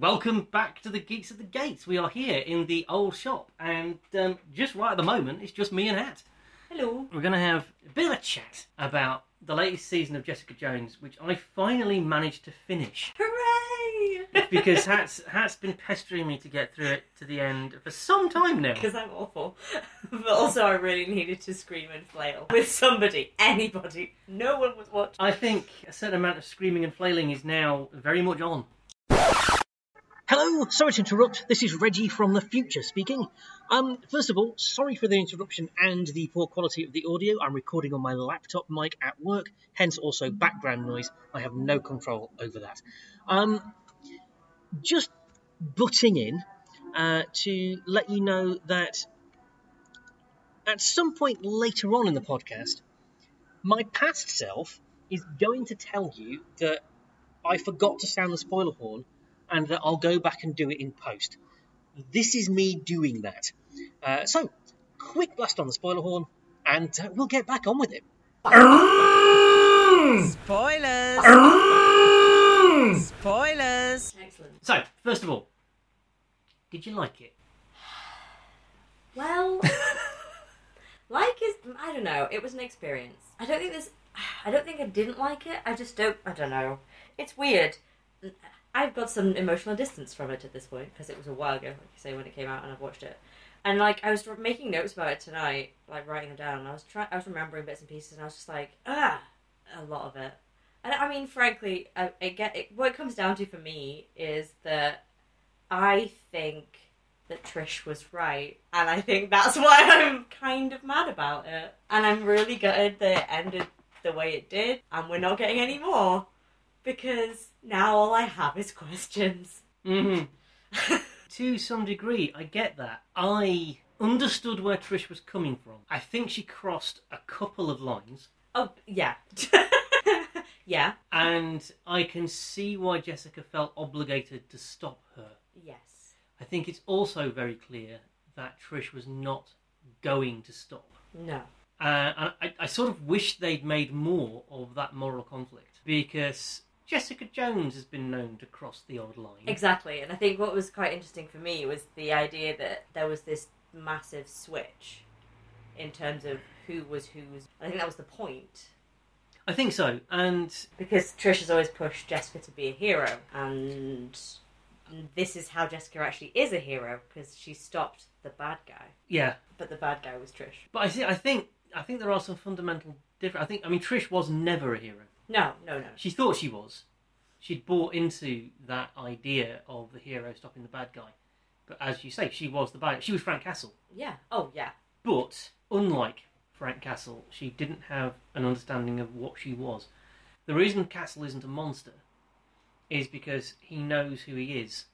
Welcome back to the Geeks at the Gates. We are here in the old shop, and um, just right at the moment, it's just me and Hat. Hello. We're going to have a bit of a chat about the latest season of Jessica Jones, which I finally managed to finish Hooray! because Hat's Hat's been pestering me to get through it to the end for some time now. Because I'm awful. but also, I really needed to scream and flail with somebody, anybody. No one was watching. I think a certain amount of screaming and flailing is now very much on. Hello, sorry to interrupt. This is Reggie from the future speaking. Um, first of all, sorry for the interruption and the poor quality of the audio. I'm recording on my laptop mic at work, hence also background noise. I have no control over that. Um, just butting in uh, to let you know that at some point later on in the podcast, my past self is going to tell you that I forgot to sound the spoiler horn and that I'll go back and do it in post. This is me doing that. Uh, so, quick blast on the spoiler horn, and uh, we'll get back on with it. Spoilers! Spoilers! Excellent. So, first of all, did you like it? Well, like is I don't know. It was an experience. I don't think there's. I don't think I didn't like it. I just don't. I don't know. It's weird. I've got some emotional distance from it at this point because it was a while ago, like you say, when it came out, and I've watched it. And like I was making notes about it tonight, like writing them down. And I was trying. I was remembering bits and pieces, and I was just like, ah, a lot of it. And I mean, frankly, I, I get it, what it comes down to for me is that I think that Trish was right, and I think that's why I'm kind of mad about it. And I'm really gutted that it ended the way it did, and we're not getting any more because now all I have is questions. hmm to some degree, I get that. I understood where Trish was coming from. I think she crossed a couple of lines, oh yeah, yeah, and I can see why Jessica felt obligated to stop her. yes, I think it's also very clear that Trish was not going to stop. no, Uh, and I, I sort of wish they'd made more of that moral conflict because Jessica Jones has been known to cross the odd line. exactly. And I think what was quite interesting for me was the idea that there was this massive switch in terms of who was whose. I think that was the point. I think so. And because Trish has always pushed Jessica to be a hero, and this is how Jessica actually is a hero because she stopped the bad guy, yeah, but the bad guy was Trish. But I see. I think. I think there are some fundamental different. I think. I mean, Trish was never a hero. No, no, no. She thought she was. She'd bought into that idea of the hero stopping the bad guy. But as you say, she was the bad. She was Frank Castle. Yeah. Oh, yeah. But unlike Frank Castle, she didn't have an understanding of what she was. The reason Castle isn't a monster is because he knows who he is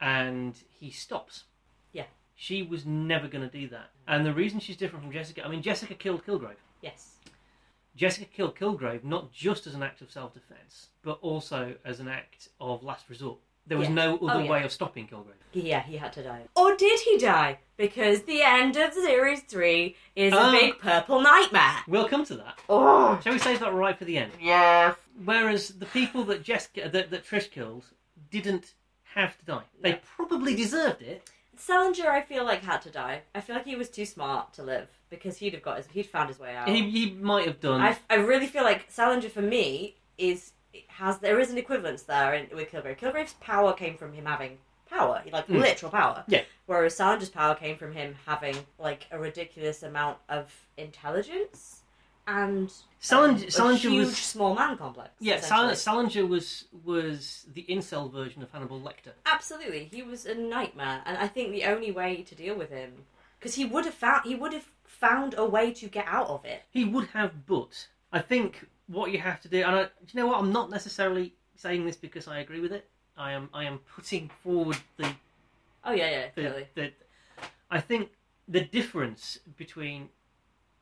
and he stops. Yeah. She was never going to do that. And the reason she's different from Jessica, I mean, Jessica killed Kilgrave. Yes. Jessica killed Kilgrave not just as an act of self defense, but also as an act of last resort. There was Yeah. no other Oh, yeah. way of stopping Kilgrave. Yeah, he had to die. Or did he die? Because the end of series three is Oh. a big purple nightmare. We'll come to that. Oh. Shall we save that right for the end? Yes. Whereas the people that Jessica, that, that Trish killed, didn't have to die. They probably deserved it. Salinger, I feel like had to die. I feel like he was too smart to live because he'd have got his, he'd found his way out. He, he might have done. I, I really feel like Salinger for me is it has there is an equivalence there in, with Kilgrave. Kilgrave's power came from him having power, like Mm. literal power. Yeah. Whereas Salinger's power came from him having like a ridiculous amount of intelligence and um, Salinger, a Salinger huge was. small man complex. Yeah, essentially. Sal- Salinger was was the incel version of Hannibal Lecter. Absolutely, he was a nightmare, and I think the only way to deal with him because he would have found he would have found a way to get out of it. He would have, but I think what you have to do, and I, do you know what? I'm not necessarily saying this because I agree with it. I am, I am putting forward the, Oh yeah, yeah, the, clearly. the I think the difference between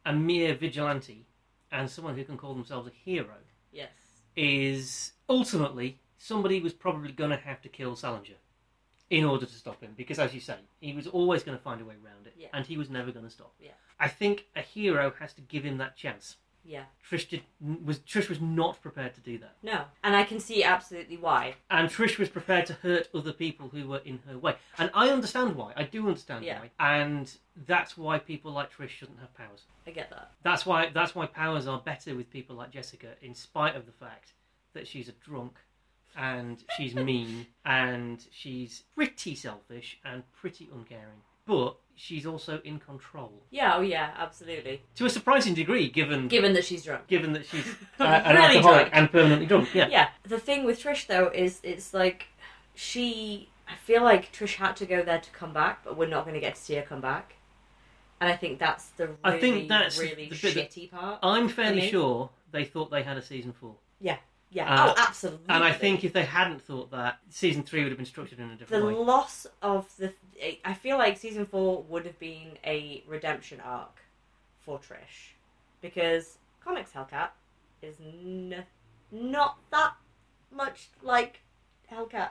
a mere vigilante and someone who can call themselves a hero Yes. is ultimately somebody was probably going to have to kill Salinger in order to stop him because, as you say, he was always going to find a way around it Yeah. and he was never going to stop. Yeah. I think a hero has to give him that chance. Yeah. Trish did was Trish was not prepared to do that, No. And I can see absolutely why. and Trish was prepared to hurt other people who were in her way, and I understand why. I do understand Yeah. why, and that's why people like Trish shouldn't have powers. I get that. That's why that's why powers are better with people like Jessica, in spite of the fact that she's a drunk and she's mean and she's pretty selfish and pretty uncaring. But she's also in control. Yeah, oh yeah, absolutely. To a surprising degree given given, Given that she's drunk. that she's uh, an Really alcoholic drunk. and permanently drunk. Yeah. yeah. The thing with Trish though is it's like she I feel like Trish had to go there to come back, but we're not going to get to see her come back. And I think that's the really, I think that's really the bit that- Uh, shitty part. I'm fairly Okay. sure they thought they had a season four. Yeah, uh, oh, absolutely. And I think if they hadn't thought that, season three would have been structured in a the different way. loss of the. I feel like season four would have been a redemption arc for Trish, because comics Hellcat is n- not that much like Hellcat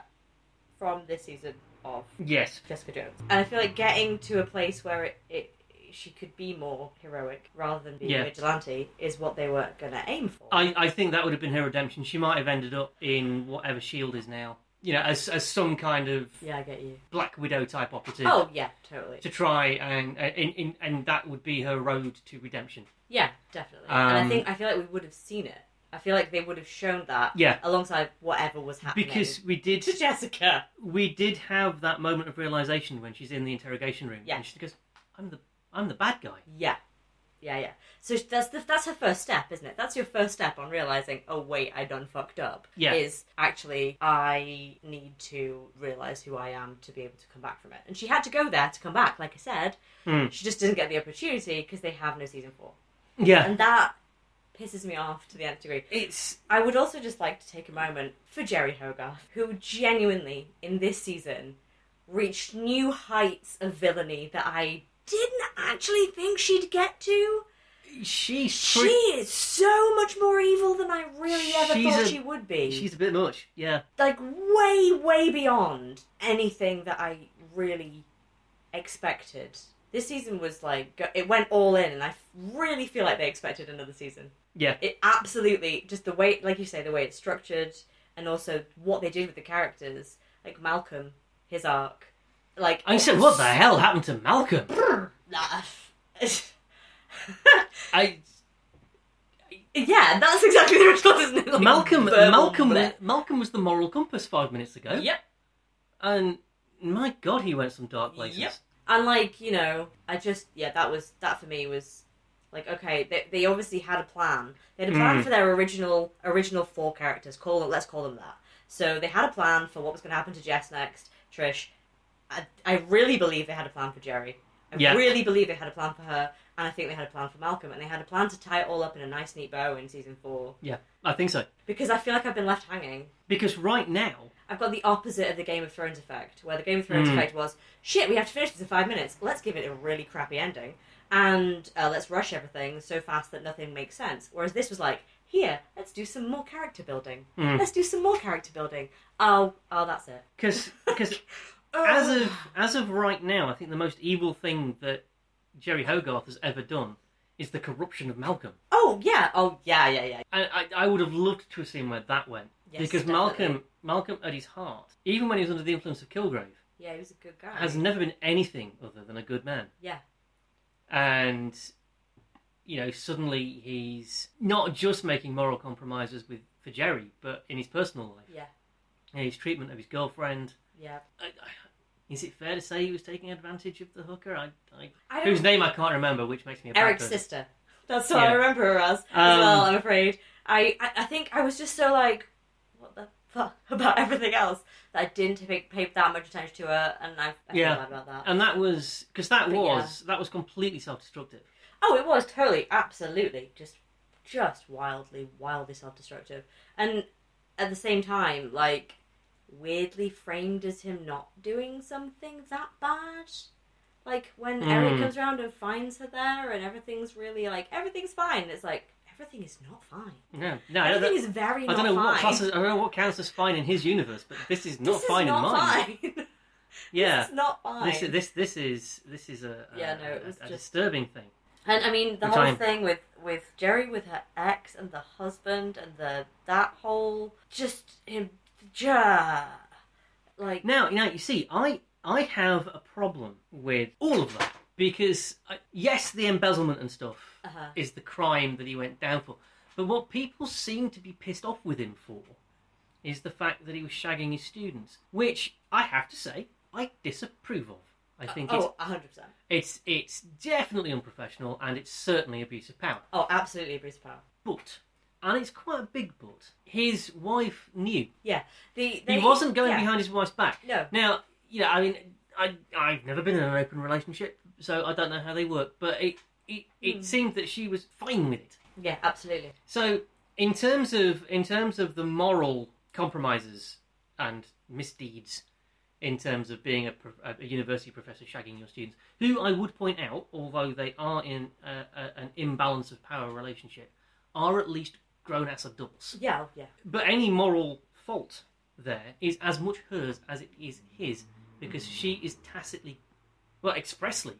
from this season of Yes. Jessica Jones, and I feel like getting to a place where it. it she could be more heroic rather than being Yeah. vigilante is what they were gonna aim for. I, I think that would have been her redemption. She might have ended up in whatever Shield E is now. You know, as, as some kind of yeah, I get you. Black Widow type operative Oh yeah, totally. to try and and, and and that would be her road to redemption. Yeah, definitely. and I Um, think I feel like we would have seen it. I feel like they would have shown that Yeah. alongside whatever was happening Because we did to Jessica. we did have that moment of realization when she's in the interrogation room Yeah. and she goes, "I'm the I'm the bad guy." Yeah, yeah, yeah. So that's the, that's her first step, isn't it? That's your first step on realizing, oh wait, I done fucked up. Yeah. is actually I need to realize who I am to be able to come back from it. And she had to go there to come back. Like I said, Hmm. she just didn't get the opportunity because they have no season four, Yeah, and that pisses me off to the nth degree. it's I would also just like to take a moment for Jerry Hogarth, who genuinely, in this season, reached new heights of villainy that I didn't actually think she'd get to. she's She is so much more evil than I really ever She's thought a- she would be. she's a bit much. Yeah, like way, way beyond anything that I really expected. This season was like go- it went all in, and I really feel like they expected another season yeah, it absolutely just the way like you say the way it's structured and also what they did with the characters like malcolm his arc like I said, "What the hell happened to Malcolm?" I yeah that's exactly the response isn't it Like, Malcolm verbal Malcolm bleh. Malcolm was the moral compass five minutes ago, yep and my God, he went some dark places. Yep. and like you know i just yeah that was that for me was like okay they, they obviously had a plan they had a plan Mm. for their original original four characters call them let's call them that so they had a plan for what was going to happen to jess next trish I, I really believe they had a plan for jerry i Yeah. really believe they had a plan for her and i think they had a plan for malcolm and they had a plan to tie it all up in a nice neat bow in season four I think so. because i feel like i've been left hanging Because right now, I've got the opposite of the Game of Thrones effect, where the Game of Thrones Mm. effect was shit. We have to finish this in five minutes. Let's give it a really crappy ending, and uh, let's rush everything so fast that nothing makes sense. Whereas this was like, here, let's do some more character building. Mm. Let's do some more character building. Oh, oh, that's it. because Oh. as of as of right now, I think the most evil thing that Jerry Hogarth has ever done is the corruption of Malcolm. oh yeah, oh yeah, yeah, yeah. And I, I would have loved to have seen where that went Yes, because definitely. Malcolm Malcolm at his heart, even when he was under the influence of Kilgrave, yeah, he was a good guy. has never been anything other than a good man. Yeah. And you know, suddenly he's not just making moral compromises with for Jerry, but in his personal life, Yeah, and his treatment of his girlfriend. yeah. I, I, is it fair to say he was taking advantage of the hooker? I, I I don't. whose name I can't remember, which makes me a bad Eric's person. sister. That's what I Yeah. remember her as. as Um, well, I'm afraid. I, I, I think I was just so like, what the fuck about everything else that I didn't pay, pay that much attention to her, and I, I Yeah. feel bad about that. And that was because that But was that was completely self-destructive. Oh, it was totally, absolutely, just, just wildly, wildly self-destructive, and at the same time, like, weirdly framed as him not doing something that bad. Like when Eric Mm. comes around and finds her there, and everything's really like everything's fine. It's like everything is not fine. No, no, I don't, Everything is very I not don't know fine. what classes, I don't know what counts as fine in his universe, but this is not this fine is not in mine. Fine. Yeah, this is not fine. this, this this is this is a, a Yeah, no, it was a, a just- disturbing thing. And I mean the Which whole I am- thing with with Jerry with her ex and the husband and the that whole just him ja like Now, now you see, I I have a problem with all of that because I, yes, the embezzlement and stuff uh-huh. is the crime that he went down for, but what people seem to be pissed off with him for is the fact that he was shagging his students, which I have to say I disapprove of. I think oh 100%. it's, it's it's definitely unprofessional and it's certainly abuse of power. Oh, absolutely abuse of power. But and it's quite a big but. His wife knew Yeah. The he they- wasn't going yeah. behind his wife's back. No. Now, you know, I mean, I I've never been in an open relationship, so I don't know how they work. But it it, Hmm. it seemed that she was fine with it. Yeah, absolutely. So in terms of in terms of the moral compromises and misdeeds, in terms of being a, pro- a university professor shagging your students, who I would point out, although they are in a, a, an imbalance of power relationship, are at least grown ass adults. Yeah, oh, yeah. But any moral fault there is as much hers as it is his, because she is tacitly, well, expressly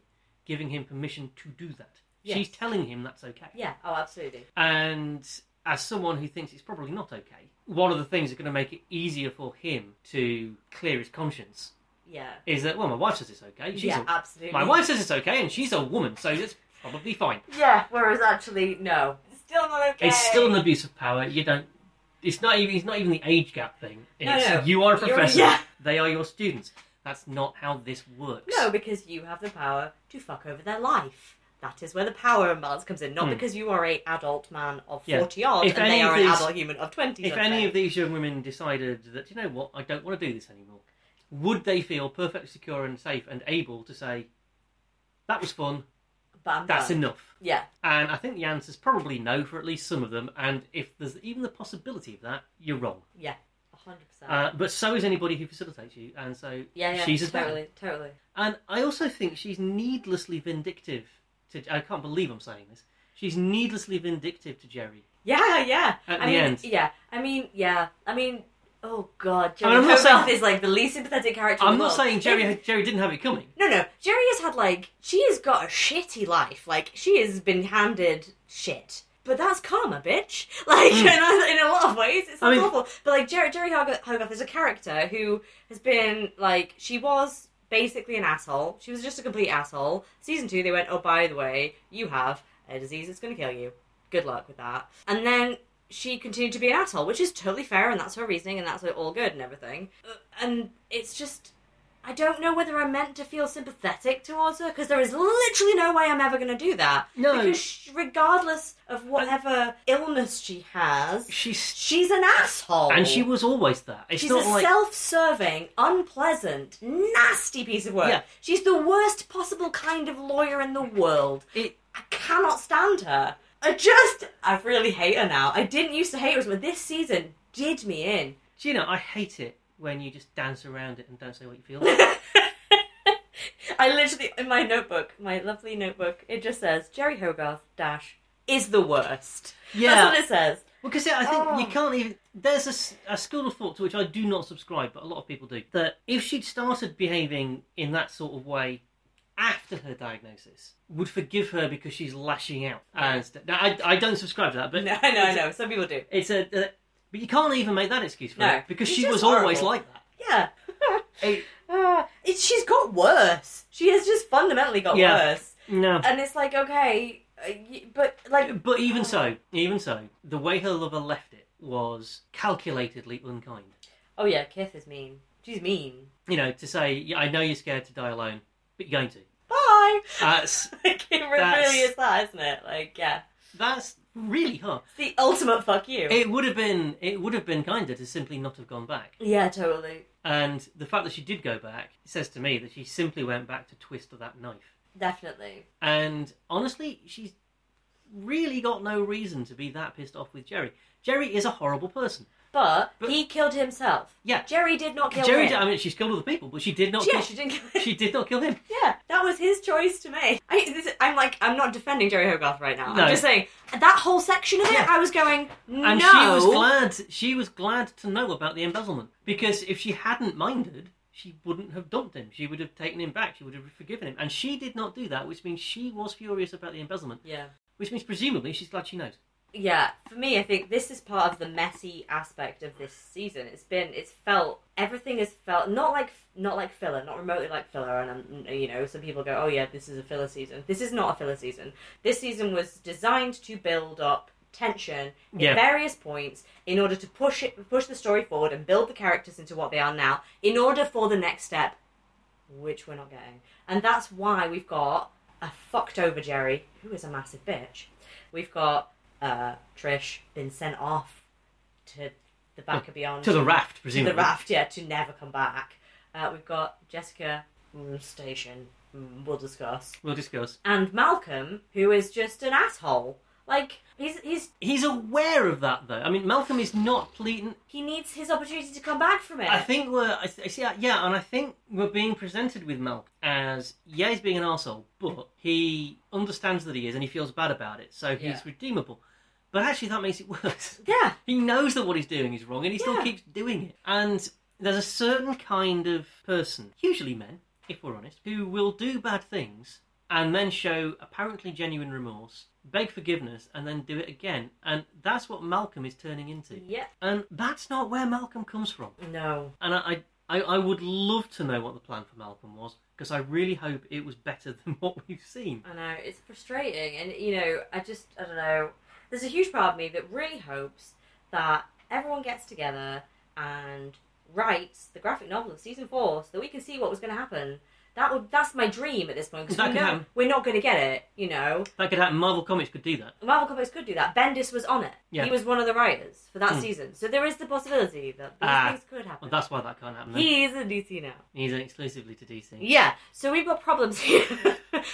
giving him permission to do that. Yes. She's telling him that's okay. Yeah, oh, absolutely. And as someone who thinks it's probably not okay, one of the things that's going to make it easier for him to clear his conscience Yeah. is that, well, my wife says it's okay. She's yeah, a- absolutely. my wife says it's okay, and she's a woman, so it's probably fine. Yeah, whereas actually, no. It's still not okay. It's still an abuse of power. You don't. It's not even. It's not even the age gap thing. No, It's no. you are a You're- professor. yeah. They are your students. That's not how this works. No, because you have the power to fuck over their life. That is where the power imbalance comes in, not Hmm. because you are a adult man of Yeah. forty odd If and any they of are an these- adult human of twenty. If any of these young women decided that you know what, I don't want to do this anymore, would they feel perfectly secure and safe and able to say, "That was fun. but I'm That's done. enough." Yeah, And I think the answer's probably no for at least some of them. And if there's even the possibility of that, you're wrong. yeah, hundred percent. Uh, but so is anybody who facilitates you. And so yeah, yeah, she's as bad. totally, totally. And I also think she's needlessly vindictive to. I can't believe I'm saying this. She's needlessly vindictive to Jerry. Yeah, yeah. At I the mean, end. yeah. I mean, yeah. I mean, oh I god, mean, Jerry I'm not Hogarth saying- is like the least sympathetic character. in I'm the not world. saying Jerry If- Jerry didn't have it coming. No, no. Jerry has had like she has got a shitty life. Like she has been handed shit. But that's karma, bitch. Like in, a, in a lot of ways, it's Hmm. I mean- awful. But like Jerry, Jerry Hog- Hogarth is a character who has been like she was basically an asshole. She was just a complete asshole. Season two, they went, oh by the way, you have a disease that's going to kill you. Good luck with that. And then she continued to be an asshole, which is totally fair, and that's her reasoning, and that's all good and everything. Uh, And it's just I don't know whether I'm meant to feel sympathetic towards her because there is literally no way I'm ever going to do that. No. because sh regardless of whatever illness she has, She's she's an asshole, and she was always that. It's she's not a like self-serving, unpleasant, nasty piece of work. Yeah. She's the worst possible kind of lawyer in the world. it, I cannot stand her. I just, I really hate her now. I didn't used to hate her, as much, but this season did me in. do you know. I hate it when you just dance around it and don't say what you feel. I literally in my notebook, my lovely notebook, it just says Jerry Hogarth dash is the worst. That's what it says. because I think Oh. you can't even. There's a s- a, school of thought to which I do not subscribe, but a lot of people do. That if she'd started behaving in that sort of way after her diagnosis, would forgive her because she's lashing out. And st- now, I, I don't subscribe to that, but No, no, no. Some people do. It's a, uh, but you can't even make that excuse for No, her because it's she just was always horrible. like that. Yeah. It- Ah, it, she's got worse. She has just fundamentally got Yeah. worse. no, And it's like okay, uh, y- but like but even so, even so, the way her lover left it was calculatedly unkind. oh yeah, Kith is mean. She's mean. You know, to say, "Yeah, I know you're scared to die alone, but you're going to. Uh, Bye. That's like it That's- really is that, isn't it? Like yeah, that's really hard. it's the ultimate fuck you. It would have been, it would have been kinder to simply not have gone back. yeah, totally. And the fact that she did go back says to me that she simply went back to twist that knife. Definitely. And honestly, she's really got no reason to be that pissed off with Jerry. Jerry is a horrible person. But, But- he killed himself. Yeah. Jerry did not kill Jerry, him. did- I mean, she's killed other people, but she did not. yeah, kill, she didn't kill him. she did not kill him. Yeah, that was his choice to make. I, this, I'm like, I'm not defending Jerry Hogarth right now. No. I'm just saying that whole section of it, Yeah. I was going, no. And she was glad. She was glad to know about the embezzlement because if she hadn't minded, she wouldn't have dumped him. She would have taken him back. She would have forgiven him. And she did not do that, which means she was furious about the embezzlement, Yeah. which means presumably she's glad she knows. Yeah, for me, I think this is part of the messy aspect of this season. It's been, it's felt, everything is felt not like not like filler, not remotely like filler. And i you know, some people go, "Oh yeah, this is a filler season." This is not a filler season. This season was designed to build up tension at Yeah. various points in order to push it, push the story forward and build the characters into what they are now, in order for the next step, which we're not getting. And that's why we've got a fucked over Jerry, who is a massive bitch. We've got uh, Trish been sent off to the back of beyond To the raft, to presumably. the raft, yeah, to never come back. Uh, we've got Jessica mm, station. Mm, we'll discuss. We'll discuss. And Malcolm, who is just an asshole. Like he's he's He's aware of that, though. I mean, Malcolm is not pleading. he needs his opportunity to come back from it. I think we're. I see. Yeah, and I think we're being presented with Malcolm as yeah, he's being an arsehole, but he understands that he is, and he feels bad about it, so he's Yeah. redeemable. But actually, that makes it worse. yeah, He knows that what he's doing is wrong, and he still Yeah. keeps doing it. And there's a certain kind of person, usually men, if we're honest, who will do bad things and then show apparently genuine remorse, beg forgiveness, and then do it again. And that's what Malcolm is turning into. yeah. And that's not where Malcolm comes from. No, And I, I, I would love to know what the plan for Malcolm was because I really hope it was better than what we've seen. I know it's frustrating, and you know, I just I don't know. There's a huge part of me that really hopes that everyone gets together and writes the graphic novel of season four, so that we can see what was going to happen. That would that's my dream at this point because That we could know happen. we're not going to get it. You know, That could happen. Marvel Comics could do that. Marvel Comics could do that. Bendis was on it. Yeah. He was one of the writers for that Hmm. season, so there is the possibility that these Ah. things could happen. Well, that's why that can't happen. then. He is in DC now. He's exclusively to DC. Yeah, so we've got problems here.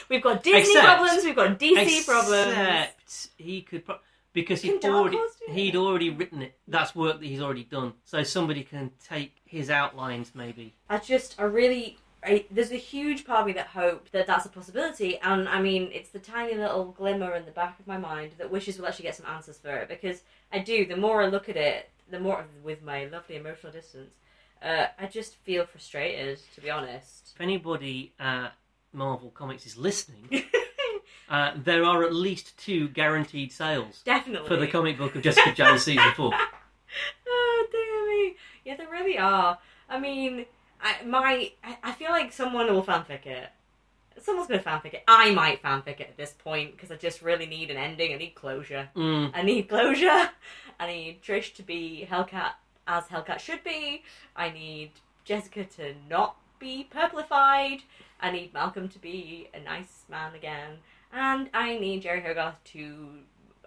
we've got Disney Except- problems. We've got DC problems. Except he could pro- because Can he'd Dark already Horse do it? he'd already written it. That's work that he's already done. So somebody can take his outlines maybe. I just, I really, I, there's a huge part of me that hopes that that's a possibility. And I mean, it's the tiny little glimmer in the back of my mind that wishes we'll actually get some answers for it. Because I do, the more I look at it, the more, with my lovely emotional distance, uh, I just feel frustrated, to be honest. If anybody at Marvel Comics is listening, uh, there are at least two guaranteed sales Definitely. for the comic book of Jessica Jones season four. oh dear me! Yeah, there really are. I mean, I my I, I feel like someone will fanfic it. Someone's gonna fanfic it. I might fanfic it at this point because I just really need an ending. I need closure. Mm. I need closure. I need Trish to be Hellcat as Hellcat should be. I need Jessica to not be purplified. I need Malcolm to be a nice man again. And I need Jerry Hogarth to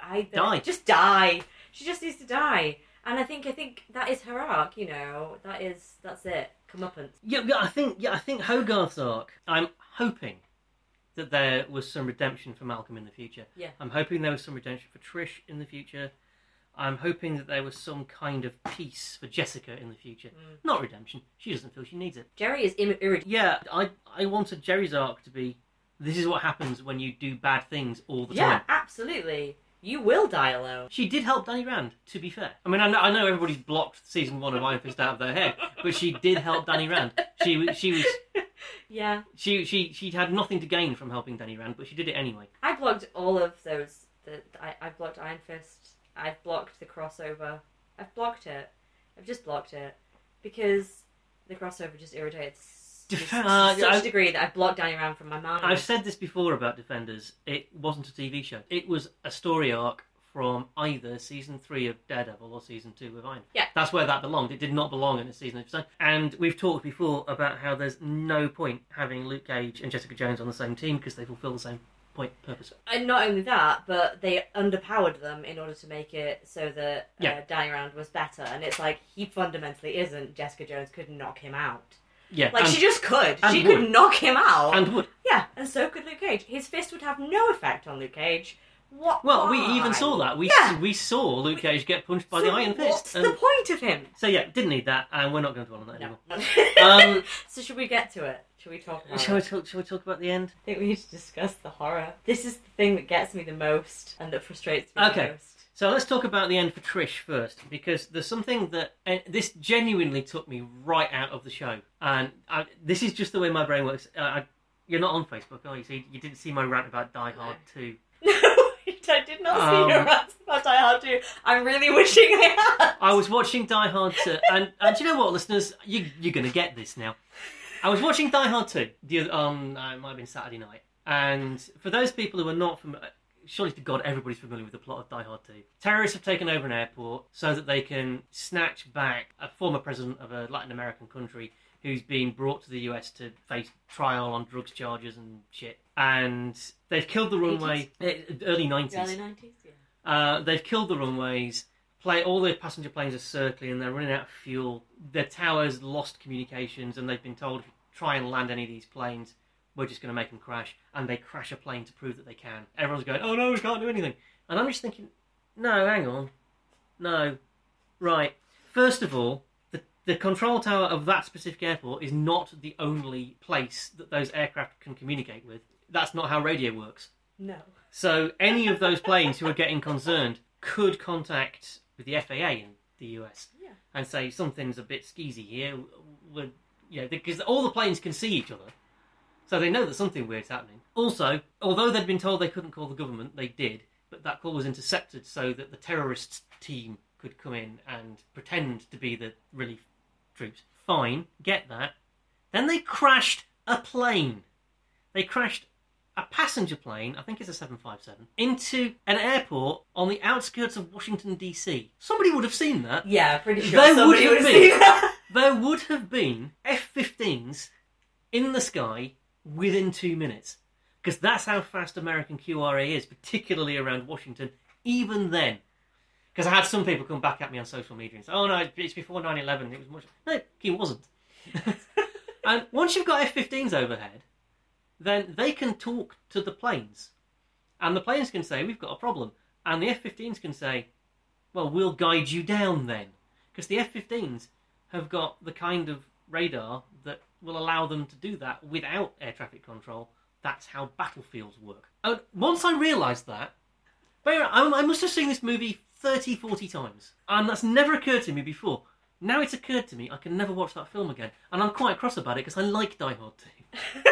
either Die. just die. She just needs to die. And I think I think that is her arc, you know. That is that's it. Comeuppance. Yeah, yeah, I think yeah, I think Hogarth's arc. I'm hoping that there was some redemption for Malcolm in the future. Yeah. I'm hoping there was some redemption for Trish in the future. I'm hoping that there was some kind of peace for Jessica in the future. Mm. Not redemption. She doesn't feel she needs it. Jerry is Im- irrid- Yeah, I I wanted Jerry's arc to be. This is what happens when you do bad things all the Yeah, time. absolutely. You will die alone. She did help Danny Rand. To be fair, I mean, I know, I know everybody's blocked season one of Iron Fist out of their head, but she did help Danny Rand. She was- she was Yeah. She she she had nothing to gain from helping Danny Rand, but she did it anyway. I blocked all of those. The, I, I blocked Iron Fist. I've blocked the crossover. I've blocked it. I've just blocked it because the crossover just irritates me Def- to uh, such I- a degree that I've blocked Danny Rand from my mind. I've said this before about Defenders. It wasn't a TV show. It was a story arc from either season three of Daredevil or season two of Iron. Fist. Yeah. that's where that belonged. It did not belong in a season episode. And we've talked before about how there's no point having Luke Cage and Jessica Jones on the same team because they fulfil the same point purpose. and not only that, but they underpowered them in order to make it so that uh, Yeah. Danny Rand was better. And it's like he fundamentally isn't. Jessica Jones could knock him out. Yeah, Like and, she just could. and She would. could knock him out. and would. yeah, and so could Luke Cage. His fist would have no effect on Luke Cage. What? Well, we even why? saw that. We Yeah. we saw Luke Cage get punched by So the Iron Fist. What's and- the point of him? so yeah, didn't need that, and we're not going to dwell on that anymore. Um, um, so should we get to it? Should we talk about Shall we it? talk? Shall we talk about the end? I think we need to discuss the horror. This is the thing that gets me the most and that frustrates me Okay. the most. So let's talk about the end for Trish first, because there's something that and this genuinely took me right out of the show, and I, this is just the way my brain works. Uh, I, you're not on Facebook, are you? So you, you didn't see my rant about Die Hard Two. No, I did not see Um, your rants about Die Hard 2. I'm really wishing I had. I was watching Die Hard 2, and, and do you know what, listeners? You, you're going to get this now. I was watching Die Hard 2 the other, on, uh, it might have been Saturday night. And for those people who are not familiar, surely to God, everybody's familiar with the plot of Die Hard 2. Terrorists have taken over an airport so that they can snatch back a former president of a Latin American country who's been brought to the US to face trial on drugs charges and shit. And they've killed the runway, eh, early 90s. Early 90s, yeah. Uh, they've killed the runways. Play all their passenger planes are circling. They're running out of fuel. Their towers lost communications, and they've been told if you try and land any of these planes, we're just going to make them crash. And they crash a plane to prove that they can. Everyone's going, "Oh no, we can't do anything." And I'm just thinking, "No, hang on, no, right." First of all, the the control tower of that specific airport is not the only place that those aircraft can communicate with. That's not how radio works. No. So any of those planes who are getting concerned could contact with the FAA in the US Yeah. and say something's a bit skeezy here. Would you know because all the planes can see each other, so they know that something weird's happening. Also, although they'd been told they couldn't call the government, they did. But that call was intercepted so that the terrorists team could come in and pretend to be the relief troops. Fine, get that. Then they crashed a plane. They crashed a passenger plane, I think it's a 757, into an airport on the outskirts of Washington, D.C. Somebody would have seen that. Yeah, pretty sure They somebody would wouldn't have be. seen that. There would have been F 15s in the sky within two minutes. Because that's how fast American QRA is, particularly around Washington, even then. Because I had some people come back at me on social media and say, oh no, it's before 9 11, it was much. No, he wasn't. And once you've got F 15s overhead, then they can talk to the planes. And the planes can say, We've got a problem. And the F 15s can say, Well, we'll guide you down then. Because the F 15s have got the kind of radar that will allow them to do that without air traffic control. That's how battlefields work. And once I realised that, bear- I I must have seen this movie 30, 40 times. And that's never occurred to me before. Now it's occurred to me I can never watch that film again. And I'm quite cross about it because I like Die Hard 2.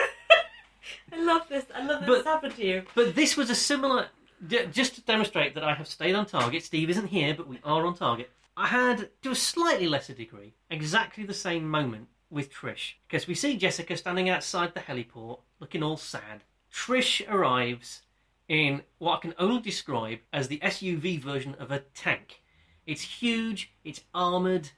I love this. I love that But- this happened to you. But this was a similar. j- Just to demonstrate that I have stayed on target, Steve isn't here, but we are on target. I had, to a slightly lesser degree, exactly the same moment with Trish. Because we see Jessica standing outside the heliport, looking all sad. Trish arrives in what I can only describe as the SUV version of a tank. It's huge, it's armoured,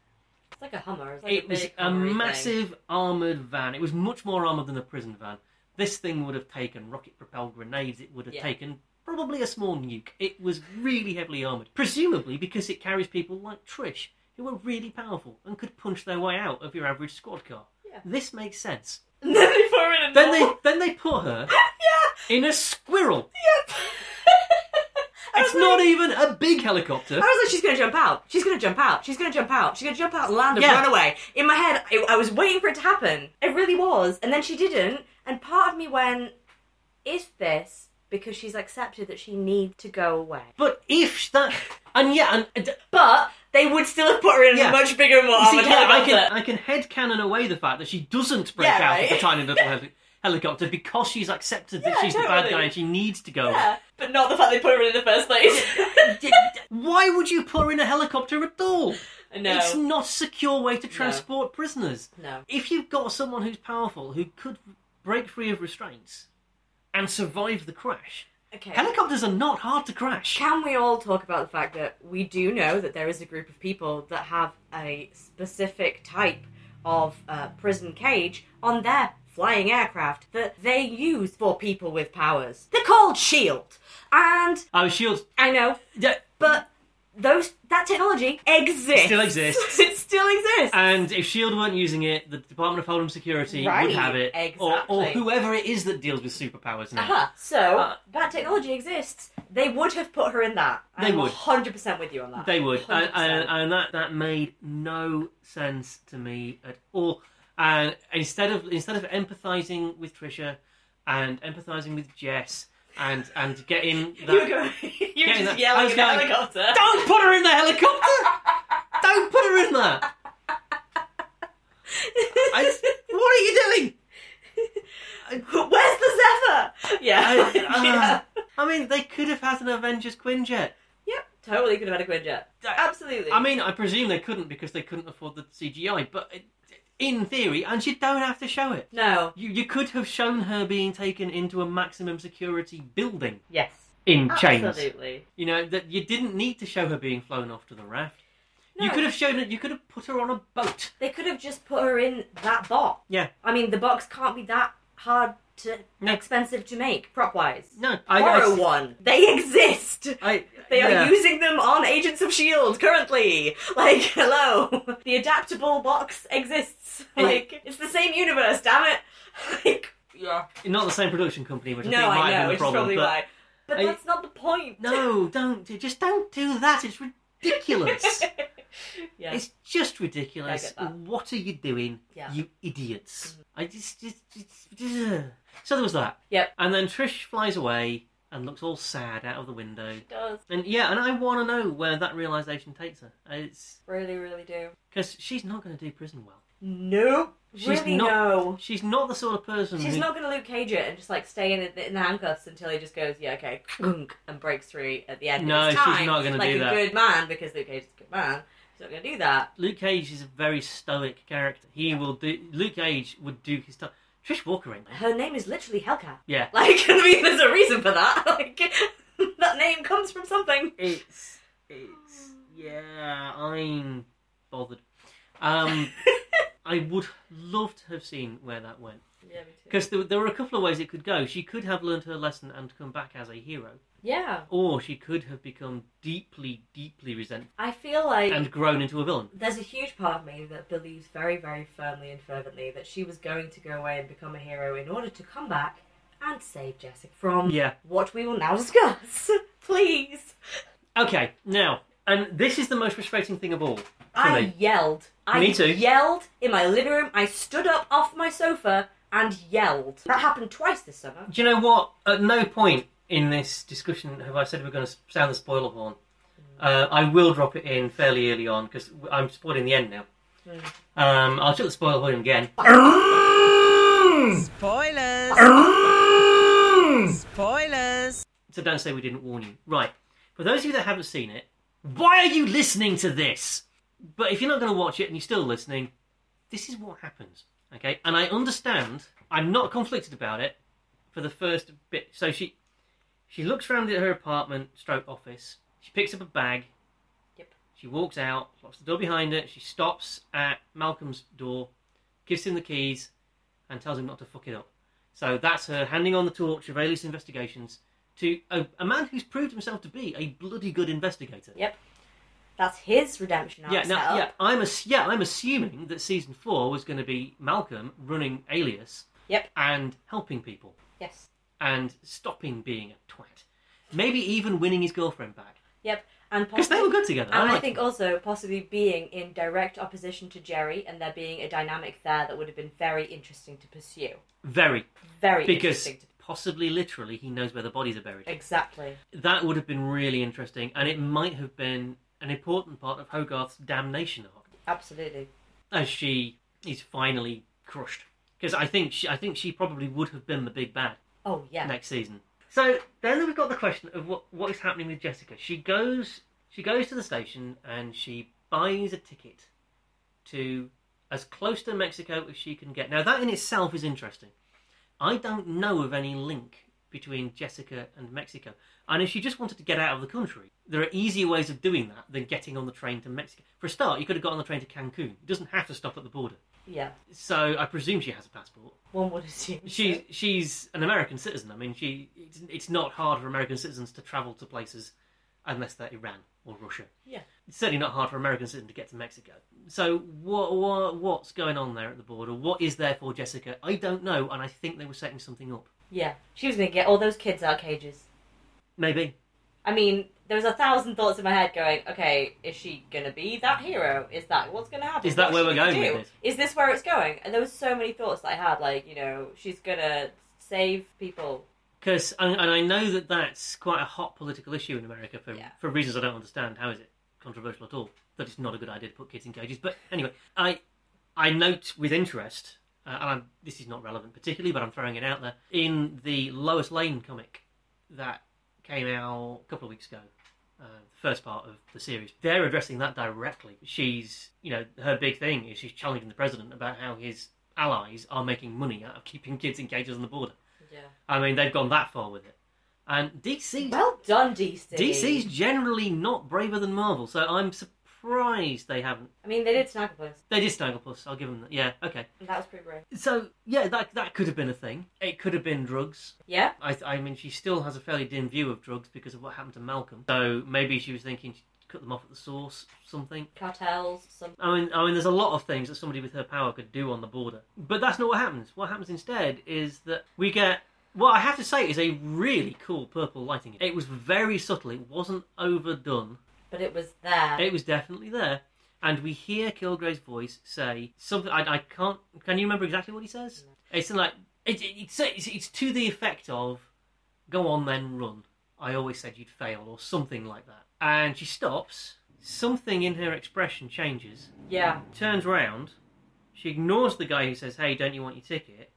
It's like a Hummer. It's like it a was big a Hummery thing. massive armored van. It was much more armored than a prison van. This thing would have taken rocket propelled grenades. It would have Yeah. taken probably a small nuke. It was really heavily armored, presumably because it carries people like Trish, who were really powerful and could punch their way out of your average squad car. Yeah. This makes sense. And then they pour in a Then they novel. then they put her yeah. in a squirrel. Yep. I It's was not like- even a big helicopter. I was like, she's gonna jump out. She's gonna jump out. She's gonna jump out. She's gonna jump out and land and Yeah. run away. In my head, I, I was waiting for it to happen. It really was. And then she didn't. And part of me went, is this because she's accepted that she needs to go away? But if that and yeah and But they would still have put her in Yeah. a much bigger, more You see, armored yeah, I helicopter. can I can headcanon away the fact that she doesn't break Yeah, out right. of the tiny little heli- helicopter because she's accepted that Yeah, she's the bad totally. guy and she needs to go. Yeah, but not the fact they put her in in the first place. D- d- Why would you put her in a helicopter at all? no, It's not a secure way to transport prisoners. no. If you've got someone who's powerful who could break free of restraints and survive the crash, Okay. helicopters are not hard to crash. Can we all talk about the fact that we do know that there is a group of people that have a specific type of uh, prison cage on their flying aircraft that they use for people with powers? They're called SHIELD. E And Oh, shields. I know, Yeah, but those that technology exists. Still exists. it still exists. And if Shield E weren't using it, the Department of Homeland Security Right, would have it, or, or exactly. whoever it is that deals with superpowers now. Uh-huh. So Uh, that technology exists. They would have put her in that. They I'm would. 100% with you on that. They would, and, 100%. and, and that that made no sense to me at all. And instead of instead of empathizing with Trisha and empathizing with Jess and and getting you were that, going, you you getting that- just I yelling was in the going, helicopter. Don't put her in the helicopter! Don't put her in there! I just- what are you doing? Where's the Zephyr? Yeah. I, yeah. ah. I mean, they could have had an Avengers Quinjet. Yep, totally could have had a Quinjet. Absolutely. I mean, I presume they couldn't because they couldn't afford the CGI, but it- in theory, and you don't have to show it. no. You, you could have shown her being taken into a maximum security building Yes. in chains. Absolutely. You know that you didn't need to show her being flown off to the raft. You No. could have shown it. You could have put her on a boat. They could have just put her in that box. Yeah. I mean, the box can't be that hard to No. expensive to make prop wise. No, I, Borrow I, one. They exist. I- They yeah. are using them on Agents of Shield E currently. Like, hello, the adaptable box exists. It- Like, it's the same universe. Damn it. Like, yeah. not the same production company, which I No, think might have I been know. the It's problem. probably but why. But I- that's not the point. no, don't just don't do that. It's ridiculous. yeah. It's just ridiculous. I get that. What are you doing, Yeah. Mm-hmm. you idiots? I just, just, just- ugh. so there was that. Yep. And then Trish flies away and looks all sad out of the window. It does. And yeah, and I want to know where that realization takes her. It's Really, really do. because she's not going to do prison well. No. She's really, not- no. She's not the sort of person. She's who, not going to Luke Cage it and just like stay in the, in the handcuffs until he just goes, yeah, okay, and breaks through at the end. No, of his she's time, not gonna like do a that. good man because Luke Cage is a good man. She's not going to do that. Luke Cage is a very stoic character. He will do. Luke Cage would do his stuff. Trish Walker ain't there. Her name is literally Hellcat. Yeah. Like, I mean, there's a reason for that. Like, that name comes from something. It's it's yeah. I'm bothered. Um, I would love to have seen where that went yeah, me too. because there, there were a couple of ways it could go. She could have learned her lesson and come back as a hero, Yeah, or she could have become deeply, deeply resentful I feel like and grown into a villain. there's a huge part of me that believes very, very firmly and fervently that she was going to go away and become a hero in order to come back and save Jessica from Yeah. what we will now discuss. Please. Okay. Now, and this is the most frustrating thing of all. I me. yelled. I Me too. yelled in my living room. I stood up off my sofa and yelled. That happened twice this summer. Do you know what? At no point in this discussion have I said we're going to sound the spoiler horn. Uh, I will drop it in fairly early on because I'm spoiling the end now. Um, I'll shut the spoiler horn again. Spoilers! Spoilers! So don't say we didn't warn you. Right. For those of you that haven't seen it, why are you listening to this? But if you're not going to watch it and you're still listening, this is what happens. Okay? And I understand. I'm not conflicted about it for the first bit. So she she looks around at her apartment stroke office. She picks up a bag. Yep. She walks out, locks the door behind her. She stops at Malcolm's door, gives him the keys, and tells him not to fuck it up. So that's her handing on the torch of Alias Investigations to a, a man who's proved himself to be a bloody good investigator. Yep. That's his redemption arc Yeah, set now, up. yeah, I'm ass- yeah, I'm assuming that season four was going to be Malcolm running Alias, Yep. and helping people Yes. and stopping being a twat, maybe even winning his girlfriend back Yep. And because possibly, they were good together. and I liked think them. also possibly being in direct opposition to Jerry and there being a dynamic there that would have been very interesting to pursue. very Very because interesting. possibly literally he knows where the bodies are buried. To... Exactly. that would have been really interesting, and it might have been an important part of Hogarth's damnation arc. Absolutely. as she is finally crushed. Because I think she, I think she probably would have been the big bad Oh yeah. next season. So then we've got the question of what what is happening with Jessica. She goes she goes to the station and she buys a ticket to as close to Mexico as she can get. Now that in itself is interesting. I don't know of any link between Jessica and Mexico. And if she just wanted to get out of the country, there are easier ways of doing that than getting on the train to Mexico. For a start, you could have got on the train to Cancun. It doesn't have to stop at the border. Yeah. So I presume she has a passport One would assume. she's she's an American citizen. I mean, she it's, it's not hard for American citizens to travel to places unless they're Iran or Russia. Yeah. It's certainly not hard for American citizens to get to Mexico. So what, what what's going on there at the border? What is there for Jessica? I don't know, and I think they were setting something up. Yeah. She was gonna get all those kids out of cages. Maybe. I mean, there was a thousand thoughts in my head going, okay, is she gonna be that hero? Is that what's gonna happen? Is that What's where she we're gonna going do? with Is this where it's going? And there was so many thoughts that I had, like, you know, she's gonna save people. Because and, and I know that that's quite a hot political issue in America for Yeah. for reasons I don't understand. How is it controversial at all? That it's not a good idea to put kids in cages. But anyway, I I note with interest, uh, and I'm, this is not relevant particularly, but I'm throwing it out there in the Lois Lane comic that came out a couple of weeks ago. Uh, the first part of the series, they're addressing that directly. She's, you know, her big thing is she's challenging the president about how his allies are making money out of keeping kids in cages on the border. Yeah. I mean, they've gone that far with it. And DC, Well done, DC. DC's generally not braver than Marvel, so I'm surprised they haven't. I mean, they did Snagglepuss. They did Snagglepuss. I'll give them that. Yeah, okay. and That was pretty brave. So yeah, that that could have been a thing. It could have been drugs. Yeah. I, I mean, she still has a fairly dim view of drugs because of what happened to Malcolm. So maybe she was thinking she cut them off at the source, something. Cartels. Some. I mean, I mean, there's a lot of things that somebody with her power could do on the border, but that's not what happens. What happens instead is that we get what I have to say is a really cool purple lighting. It was very subtle. It wasn't overdone. But it was there. It was definitely there, and we hear Kilgrave's voice say something. I, I can't. Can you remember exactly what he says? It's something like it, it, it's, it's it's to the effect of, "Go on, then run." I always said you'd fail, or something like that. And she stops. Something in her expression changes Yeah. turns round, she ignores the guy who says, "Hey, don't you want your ticket?"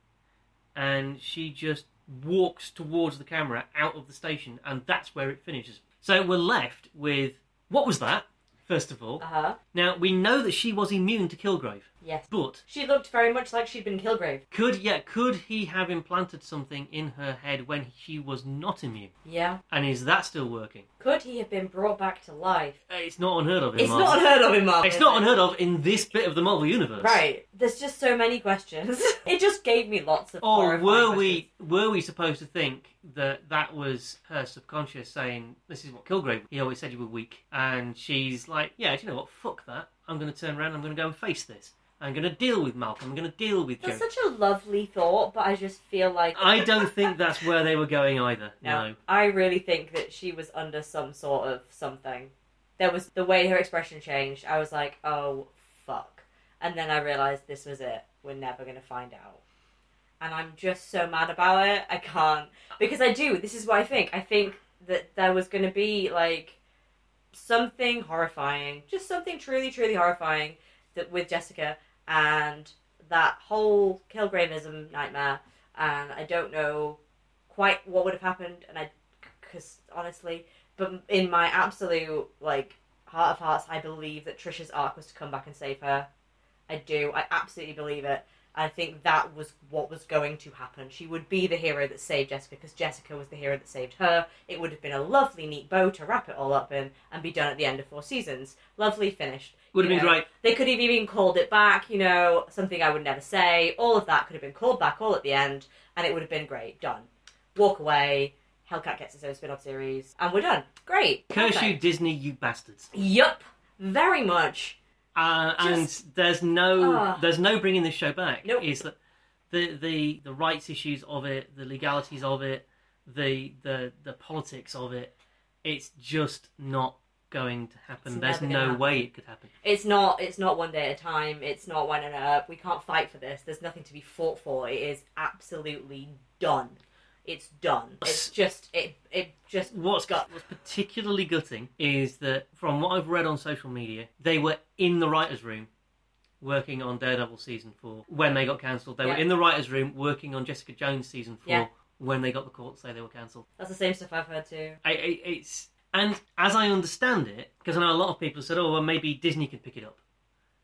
and she just walks towards the camera out of the station, and that's where it finishes. So we're left with what was that? First of all, Uh huh. now we know that she was immune to Kilgrave, Yes. but She looked very much like she'd been Kilgrave. could yeah could he have implanted something in her head when she was not immune? Yeah. And is that still working? Could he have been brought back to life? Uh, It's not unheard of. In It's Marvel. not unheard of in Marvel. It's is not it? unheard of in this bit of the Marvel universe. Right. There's just so many questions. it just gave me lots of. Or horrifying Oh, were questions. we were we supposed to think that that was her subconscious saying, "This is what Kilgrave. He always said you were weak," and she's like, "Yeah, do you know what? Fuck that. I'm going to turn around. I'm going to go and face this. I'm going to deal with Malcolm. I'm going to deal with Joe." That's such a lovely thought, but I just feel like I don't think that's where they were going either. No, I really think that she was under some sort of something. There was the way her expression changed. I was like, oh fuck, and then I realized this was it. We're never gonna find out, and I'm just so mad about it. I can't because I do. This is what I think. I think that there was gonna be like something horrifying, just something truly, truly horrifying that with Jessica and that whole Kilgraveism nightmare. And I don't know quite what would have happened, and I, because honestly, but in my absolute like heart of hearts, I believe that Trisha's arc was to come back and save her. I do. I absolutely believe it. I think that was what was going to happen. She would be the hero that saved Jessica because Jessica was the hero that saved her. It would have been a lovely, neat bow to wrap it all up in and be done at the end of four seasons. Lovely finished. Would have you been know. great. They could have even called it back, you know, something I would never say. All of that could have been called back all at the end, and it would have been great. Done. Walk away. Hellcat gets its own spin off series, and we're done. Great. Curse you, Perfect. Disney, you bastards! Yup. Very much. Uh, Just- and there's no Ugh. there's no bringing this show back. Nope. Is that the, the the rights issues of it, the legalities of it, the the the politics of it? It's just not going to happen. It's there's never gonna no happen. way it could happen. It's not. It's not one day at a time. It's not one and up. We can't fight for this. There's nothing to be fought for. It is absolutely done. It's done. It's just. It. It just. What's got? what's particularly gutting is that from what I've read on social media, they were in the writers' room working on Daredevil season four when they got cancelled. They Yeah. were in the writers' room working on Jessica Jones season four Yeah. when they got the court say they were cancelled. That's the same stuff I've heard too. I, I, it's and as I understand it, because I know a lot of people said, "Oh, well, maybe Disney can pick it up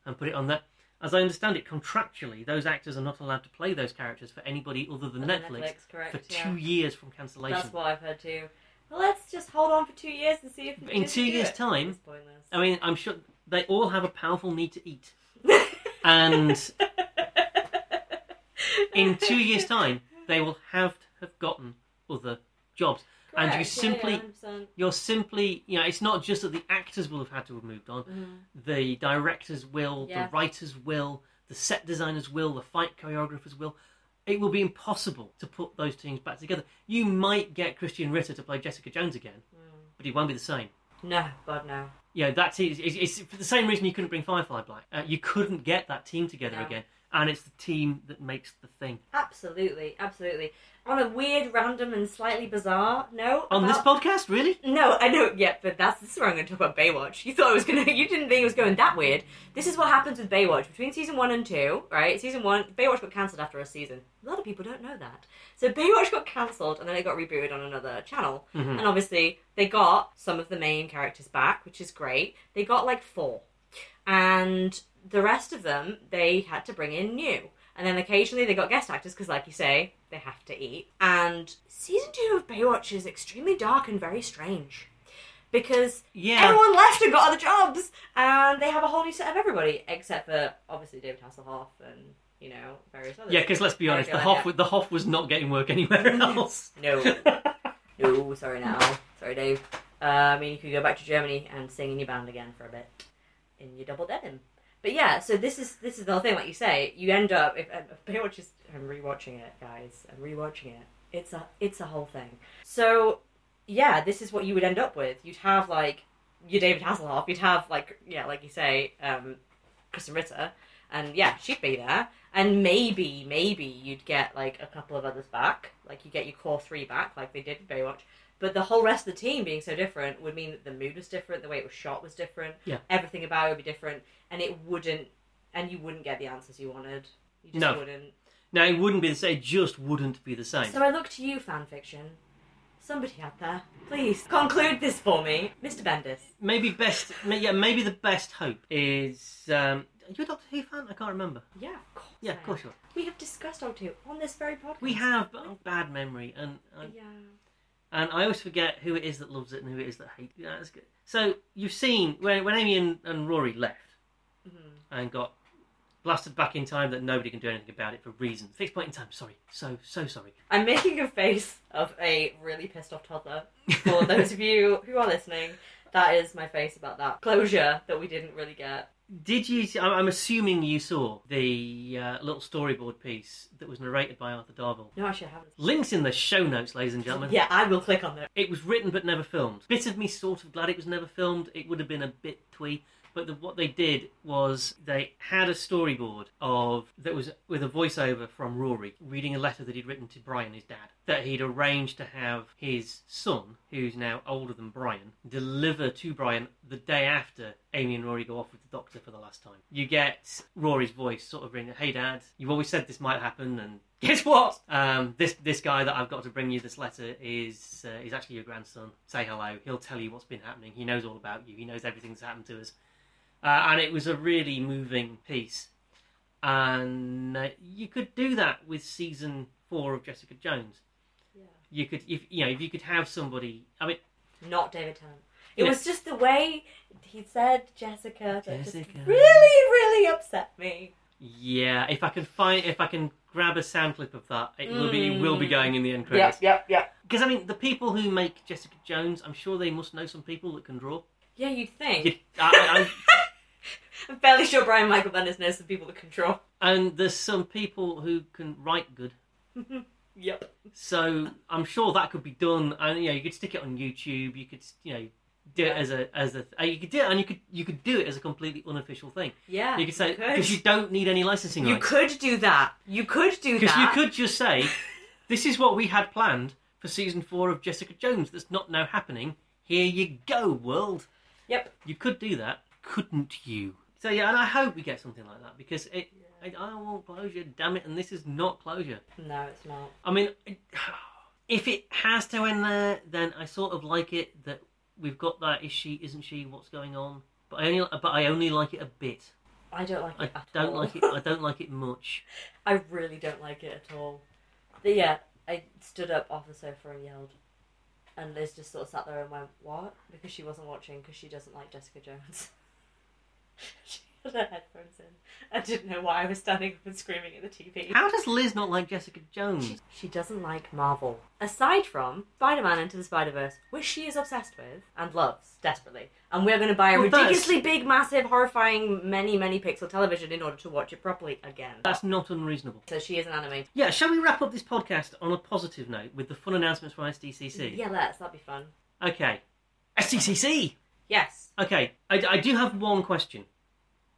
and put it on that." As I understand it, contractually, those actors are not allowed to play those characters for anybody other than Other than Netflix, Netflix, correct, for yeah. two years from cancellation. That's what I've heard too. Well, let's just hold on for two years and see if we In just two do years' it. time- Oh. It's pointless. I mean, I'm sure they all have a powerful need to eat, and in two years' time, they will have to have gotten other jobs. and you Correct, yeah, simply- yeah, 100%. You're simply, you know, it's not just that the actors will have had to have moved on. the directors will, Yeah. the writers will, the set designers will, the fight choreographers will. It will be impossible to put those teams back together. You might get Christian Ritter to play Jessica Jones again, but he won't be the same. Mm. no, God no. Yeah, that team, it's, it's for the same reason you couldn't bring Firefly Black. Uh, you couldn't get that team together No. again. and it's the team that makes the thing. Absolutely, absolutely. On a weird, random, and slightly bizarre note. On this about- podcast, really? No, I know. Yeah, but that's this is where I'm going to talk about Baywatch. You thought I was going to. You didn't think it was going that weird. This is what happens with Baywatch between season one and two. Right, season one, Baywatch got cancelled after a season. A lot of people don't know that. So Baywatch got cancelled, and then it got rebooted on another channel. Mhm. And obviously, they got some of the main characters back, which is great. They got like four, and the rest of them they had to bring in new. And then occasionally they got guest actors because, like you say, they have to eat. And season two of Baywatch is extremely dark and very strange because Yeah. everyone left and got other jobs, and they have a whole new set of everybody except for obviously David Hasselhoff and you know various others. Yeah, because let's be Very honest, the good, Hoff, yeah. Mm. wa- the Hoff was not getting work anywhere else. no, no, sorry now, sorry Dave. Uh, I mean, you could go back to Germany and sing in your band again for a bit in your double denim. But yeah, so this is this is the whole thing. Like you say, you end up if, if Baywatch is. I'm rewatching it, guys. I'm rewatching it. It's a it's a whole thing. So yeah, this is what you would end up with. You'd have like your David Hasselhoff. You'd have like yeah, like you say, um, Kristen Ritter, and yeah, she'd be there. And maybe maybe you'd get like a couple of others back. Like you get your core three back, like they did in Baywatch. But the whole rest of the team being so different would mean that the mood was different, the way it was shot was different, Yeah. everything about it would be different, and it wouldn't, and you wouldn't get the answers you wanted. You just No. wouldn't. now, it wouldn't be the same, it just wouldn't be the same. So I look to you, fan fiction. Somebody out there, please conclude this for me, Mr. Bendis. Maybe best, ma- yeah, maybe the best hope is. Um, are you a Doctor Who fan? I can't remember. Yeah, of course. Yeah, I of course you are. am. We have discussed Doctor Who on this very podcast. We have but I've bad memory, and I, Yeah. and I always forget who it is that loves it and who it is that hates it. Yeah, That's good. So you've seen when when Amy and, and Rory left Mhm. and got blasted back in time that nobody can do anything about it for reason. Fixed point in time. Sorry, so so sorry. I'm making a face of a really pissed off toddler. For those of you who are listening, that is my face about that closure that we didn't really get. Did you? See, I'm I'm assuming you saw the uh, little storyboard piece that was narrated by Arthur Darvill. No, actually, I haven't. Links in the show notes, ladies and gentlemen. Yeah, I will click on that. It was written but never filmed. Bit of me sort of glad it was never filmed. It would have been a bit twee. But the, what they did was they had a storyboard of that was with a voiceover from Rory reading a letter that he'd written to Brian, his dad, that he'd arranged to have his son, who's now older than Brian, deliver to Brian the day after Amy and Rory go off with the doctor for the last time. You get Rory's voice sort of ringing, "Hey Dad, you always said this might happen, and guess what? Um, this this guy that I've got to bring you this letter is uh, is actually your grandson. Say hello. He'll tell you what's been happening. He knows all about you. He knows everything that's happened to us." Uh, and it was a really moving piece, and uh, you could do that with season four of Jessica Jones. Yeah. You could, if you know, if you could have somebody. I mean, Not David Tennant. It No. was just the way he said Jessica that Jessica. just really, really upset me. yeah. If I can find, if I can grab a sound clip of that, it will be it will be Mm. going in the end credits. yep, yep. Because I mean, the people who make Jessica Jones, I'm sure they must know some people that can draw. Yeah, you'd think. You- I- I'm fairly sure Brian Michael Bendis knows some people that control. I- and there's some people who can write good, Yep. so I'm sure that could be done. And you know, you could stick it on YouTube. You could, you know, do it Yeah. as a as a uh, you could do it, and you could you could do it as a completely unofficial thing. Yeah. You could say because you don't need any licensing You rights. could do that. You could do Because you that. could just say, "This is what we had planned for season four of Jessica Jones. That's not now happening. Here you go, world." Yep. You could do that, couldn't you? So yeah, and I hope we get something like that because it. I, I don't want closure, damn it! And this is not closure. No, it's not. I mean, if it has to end there, then I sort of like it that we've got that. Is she? Isn't she? What's going on? But I only, but I only like it a bit. I don't like it I at don't all. like it. I don't like it much. I really don't like it at all. But yeah, I stood up off the sofa and yelled. And Liz just sort of sat there and went, What? Because she wasn't watching because she doesn't like Jessica Jones. she had her headphones in. I didn't know why I was standing up and screaming at the TV. How does Liz not like Jessica Jones? She, she doesn't like Marvel. Aside from Spider Man Into the Spider Verse, which she is obsessed with and loves desperately. And we're going to buy a Well, that's- ridiculously big, massive, horrifying, many, many pixel television in order to watch it properly again. That's not unreasonable. So she is an anime. Yeah, shall we wrap up this podcast on a positive note with the fun announcements from SDCC? Yeah, let's. That'd be fun. Okay. SDCC! Yes. Okay, I, I do have one question.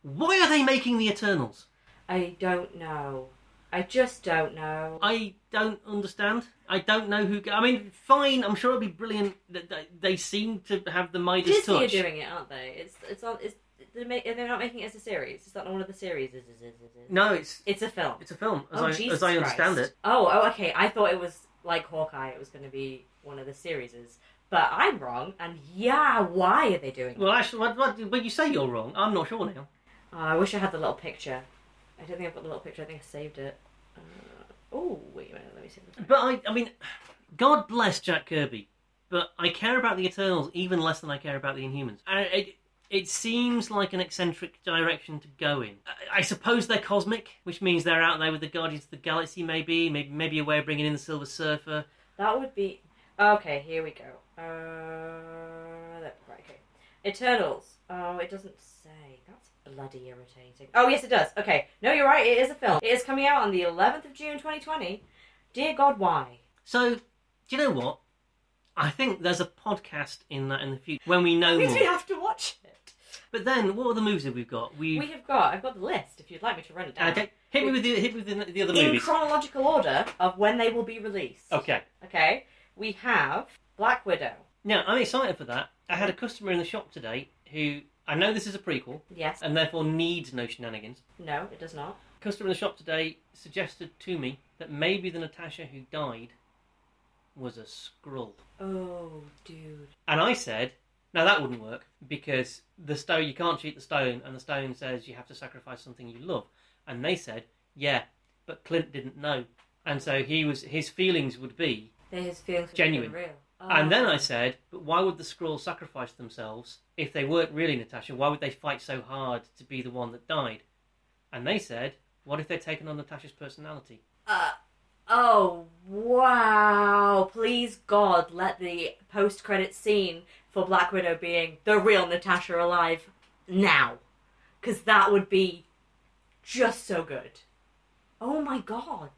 Why are they making the Eternals? I don't know. I just don't know. I don't understand. I don't know who. I mean, fine. I'm sure it'll be brilliant. That that- they seem to have the Midas Disney touch. are doing it, aren't they? It's it's on. It's they're, ma- they're not making it as a series. It's not one of the series. No, it's It's a film. it's a film as oh, I Jesus as I understand Christ. it. Oh, oh, okay. I thought it was like Hawkeye. It was going to be one of the series. But I'm wrong. And yeah, why are they doing it? Well, actually, what, what, when you say you're wrong, I'm not sure now. Oh, I wish I had the little picture. I don't think I've got the little picture. I think I saved it. Uh, oh, wait a minute. Let me see. if I can- But I, I mean, God bless Jack Kirby, but I care about the Eternals even less than I care about the Inhumans. I, it, it seems like an eccentric direction to go in. I, I suppose they're cosmic, which means they're out there with the Guardians of the Galaxy, maybe, maybe, maybe a way of bringing in the Silver Surfer. That would be. Okay, here we go. Uh, that, right, okay. Eternals. Oh, it doesn't say. That's bloody irritating. Oh, yes, it does. Okay. No, you're right. It is a film. It is coming out on the 11th of June 2020. Dear God, why? So, do you know what? I think there's a podcast in that in the future when we know Means we more. have to watch it. But then, what other movies have we got? We, We have got. I've got the list. If you'd like me to run it down. okay. Hit me with the hit me with the, the other In movies. chronological order of when they will be released. okay. Okay. We have Black Widow. Now I'm excited for that. I had a customer in the shop today who I know this is a prequel Yes. and therefore needs no shenanigans. No, it does not. Customer in the shop today suggested to me that maybe the Natasha who died was a Skrull. Oh, dude. And I said, no, that wouldn't work because the stone you can't cheat the stone, and the stone says you have to sacrifice something you love. And they said, yeah, but Clint didn't know, and so he was his feelings would be. They his feelings were Genuine. real. Oh. And then I said, but why would the Skrulls sacrifice themselves if they weren't really Natasha? Why would they fight so hard to be the one that died? And they said, what if they're taken on Natasha's personality? Uh, oh wow! Please God, let the post-credit scene for Black Widow being the real Natasha alive now, because that would be just so good. Oh my God!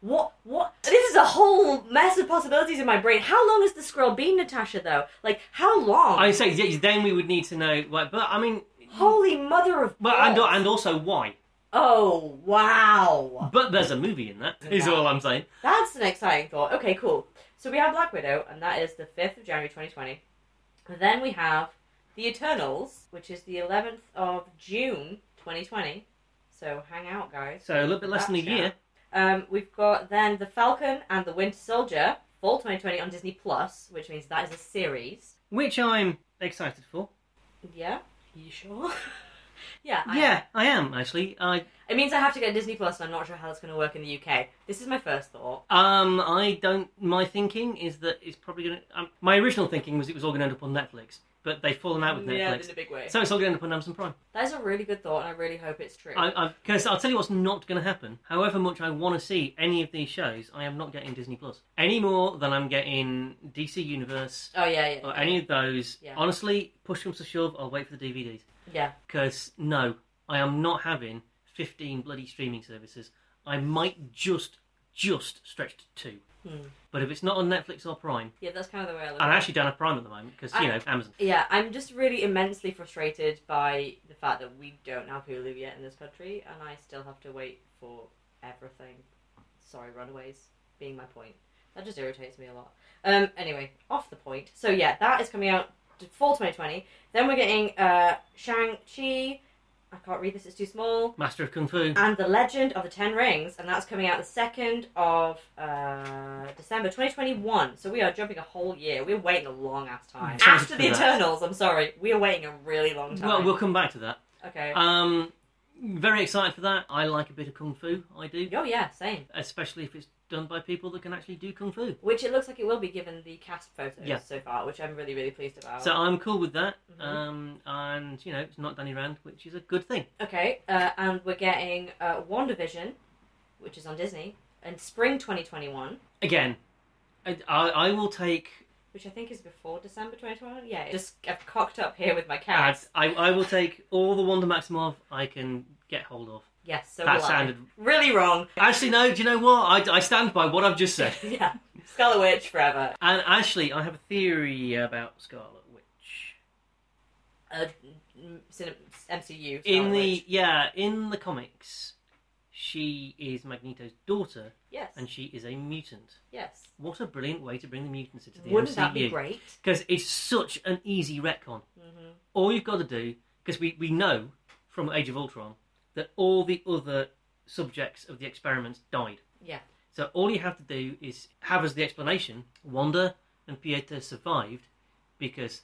What? What? This is a whole mess of possibilities in my brain. How long has the scroll been Natasha though? Like how long? I say, yeah, then we would need to know. Like, but I mean, Holy mother of but God! and, and also why? oh wow! But there's a movie in that. Is all I'm saying. That's an exciting thought. Okay, cool. So we have Black Widow, and that is the 5th of January 2020. And then we have The Eternals, which is the 11th of June 2020. So hang out, guys. So a little bit less than a Gotcha. year. Um, we've got then The Falcon and The Winter Soldier, fall 2020 on Disney Plus, which means that is a series. which I'm excited for. Yeah? You sure? yeah. I- yeah, I am actually. I It means I have to get Disney Plus, and I'm not sure how that's going to work in the UK. This is my first thought. um I don't. My thinking is that it's probably gonna. Um, my original thinking was it was all gonna end up on Netflix, but they've fallen out with yeah, Netflix, in a big way. so it's all gonna end up on Amazon Prime. that is a really good thought, and I really hope it's true. I because I'll tell you what's not gonna happen. However much I want to see any of these shows, I am not getting Disney Plus any more than I'm getting DC Universe Oh yeah, yeah. or any of those. Yeah. Honestly, push comes to shove, I'll wait for the DVDs. Yeah. Because no, I am not having 15 bloody streaming services. I might just, just stretch to two. Hmm. But if it's not on Netflix or Prime, Yeah, that's kind of the way I and look I at it. actually don't have Prime at the moment because, you I- know, Amazon. Yeah, I'm just really immensely frustrated by the fact that we don't have Hulu yet in this country, and I still have to wait for everything. Sorry, Runaways, being my point. That just irritates me a lot. Um, anyway, off the point. So yeah, that is coming out to fall 2020. Then we're getting uh, Shang-Chi. I can't read this, it's too small. Master of Kung Fu. and The Legend of the Ten Rings, and that's coming out the 2nd of uh, December 2021. So we are jumping a whole year. We're waiting a long ass time. Sorry After for The that. Eternals, I'm sorry. We are waiting a really long time. Well, we'll come back to that. okay. Um, very excited for that. I like a bit of Kung Fu, I do. oh, yeah, same. Especially if it's done by people that can actually do Kung Fu. Which it looks like it will be given the cast photos Yeah. so far, which I'm really, really pleased about. So I'm cool with that. Mhm. Um, and, you know, it's not Danny Rand, which is a good thing. okay, uh, and we're getting uh, WandaVision, which is on Disney, and Spring 2021, Again, I, I, I will take which I think is before December 2021. Yeah, just I've cocked up here with my I, counts. I, I will take all the Wanda Maximov I can get hold of. Yes, so that will I. sounded- really wrong. Actually, no, do you know what? I, I stand by what I've just said. yeah, Scarlet Witch forever. And actually, I have a theory about Scarlet Witch. uh, m- cine- MCU. Scarlet in Witch. the yeah in the comics, she is Magneto's daughter yes, and she is a mutant. yes. What a brilliant way to bring the mutants into the Wouldn't MCU. that be great? Mm-hmm. Because it's such an easy retcon. All you've got to do, because we, we know from Age of Ultron that all the other subjects of the experiments died. Yeah. So all you have to do is have as the explanation Wanda and Pieta survived because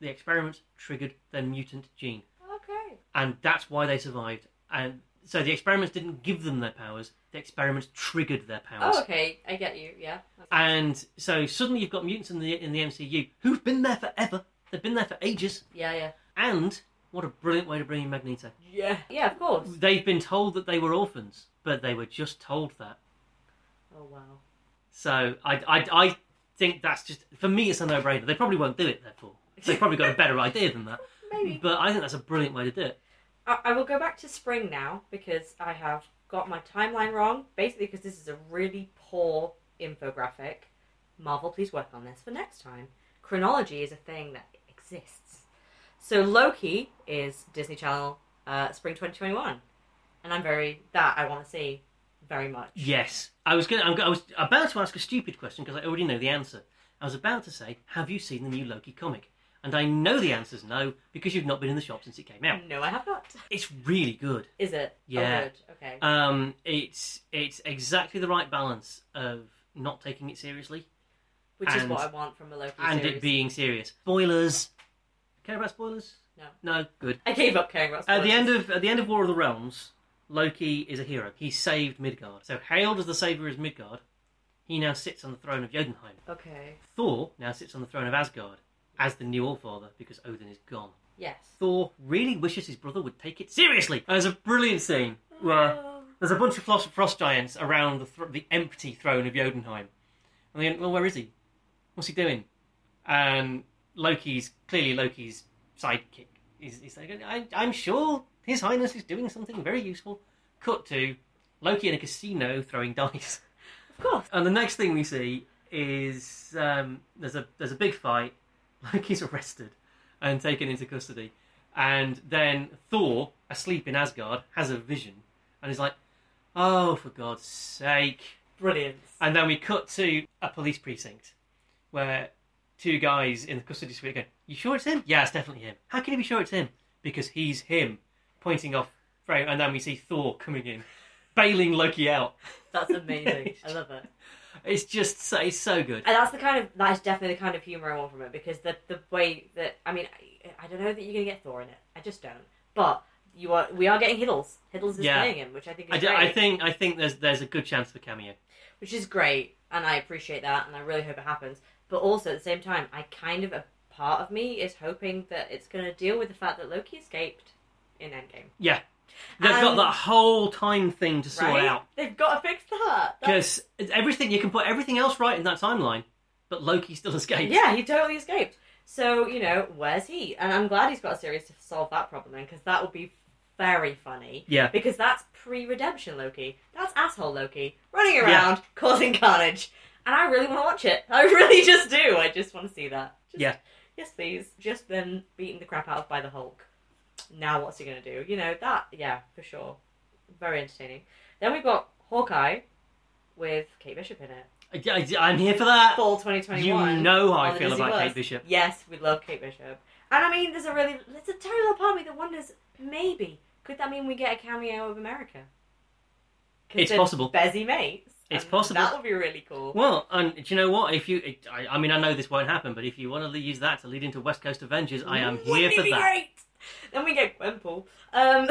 the experiments triggered their mutant gene. Okay. And that's why they survived. And so the experiments didn't give them their powers, the experiments triggered their powers. Oh, okay. I get you. Yeah. And so suddenly you've got mutants in the in the MCU who've been there forever. They've been there for ages. Yeah. Yeah. And what a brilliant way to bring in Magneto. Yeah. Yeah. Of course. They've been told that they were orphans, but they were just told that. Oh wow. So I I, I think that's just for me it's a no brainer. They probably won't do it therefore. They've probably got a better idea than that. Maybe. But I think that's a brilliant way to do it. I, I will go back to spring now because I have got my timeline wrong. Basically, because this is a really poor infographic. Marvel, please work on this for next time. Chronology is a thing that exists. So Loki is Disney Channel uh, spring 2021, and I'm very that I want to see very much. Yes. I was gonna I'm, go- I was about to ask a stupid question because I already know the answer. I was about to say, have you seen the new Loki comic? And I know the answer's no because you've not been in the shop since it came out. No, I have not. It's really good. Is it? Oh, Yeah. good. Okay. Um, it's it's exactly the right balance of not taking it seriously Which is and- what I want from a Loki and series. it being serious. Spoilers. Care about spoilers? No. No, good. I gave up caring about At the end spoilers. of at the end of War of the Realms, Loki is a hero. He saved Midgard. So hailed as the savior of Midgard, he now sits on the throne of Jotunheim. Okay. Thor now sits on the throne of Asgard as the new Allfather because Odin is gone. Yes. Thor really wishes his brother would take it seriously. There's a brilliant scene where Um, there's a bunch of frost, frost giants around the, thr the empty throne of Jotunheim. And they go, well, where is he? What's he doing? And Loki's, clearly Loki's sidekick, is, is there, I, I'm sure His Highness is doing something very useful. Cut to Loki in a casino throwing dice. Of course. And the next thing we see is um, there's a there's a big fight. Loki's arrested and taken into custody, and then Thor, asleep in Asgard, has a vision and is like, "Oh, for God's sake!" Brilliant. And then we cut to a police precinct where two guys in the custody suite go, "You sure it's him? Yeah, it's definitely him. How can you be sure it's him? Because he's him." Pointing off frame, and then we see Thor coming in, bailing Loki out. That's amazing. I love it. It's just so, it's so good. And that's the kind of that is definitely the kind of humor I want from it because the the way that I mean I, I don't know that you're gonna get Thor in it. I just don't. But you are we are getting Hiddles. Hiddles is Yeah. playing him, which I think is I, do- great. I think I think there's there's a good chance for cameo. which is great, and I appreciate that, and I really hope it happens. But also at the same time, I kind of a part of me is hoping that it's gonna deal with the fact that Loki escaped in Endgame. Yeah, they've got And- that whole time thing to sort Um, right? out They've got to fix that. That's- because everything you can put everything else right in that timeline, but Loki still escapes. Yeah, he totally escaped. So, you know, where's he? And I'm glad he's got a series to solve that problem then, because that would be very funny. Yeah. Because that's pre redemption Loki. That's asshole Loki running around, causing carnage. And I really want to watch it. I really just do. I just want to see that. Just, Yeah. Yes, please. Just then beaten the crap out of by the Hulk. Now, what's he going to do? You know, that, yeah, for sure. Very entertaining. Then we've got Hawkeye with Kate Bishop in it. I, am here for that. Fall 2021. You know how Oh, on I the feel Disney about Plus. Kate Bishop. Yes, we love Kate Bishop. And I mean, there's a really, there's a tiny little part of me that wonders maybe, could that mean we get a cameo of America? 'Cause It's they're possible. Bezzy mates. It's and possible. That would be really cool. Well, and do you know what? If you, it, I, I mean, I know this won't happen, but if you want to use that to lead into West Coast Avengers, I am Wouldn't here it for be that. Great? Then we get Gwenpool. Um,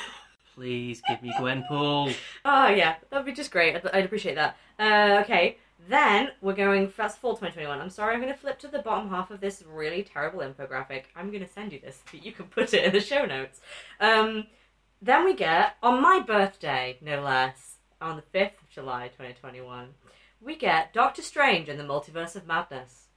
Please give me Gwenpool. oh yeah, that'd be just great. I'd, I'd appreciate that. Uh, okay, then we're going. That's fall 2021. I'm sorry, I'm going to flip to the bottom half of this really terrible infographic. I'm going to send you this, but you can put it in the show notes. Um, then we get, on my birthday, no less, on the 5th of July 2021, we get Doctor Strange and the Multiverse of Madness.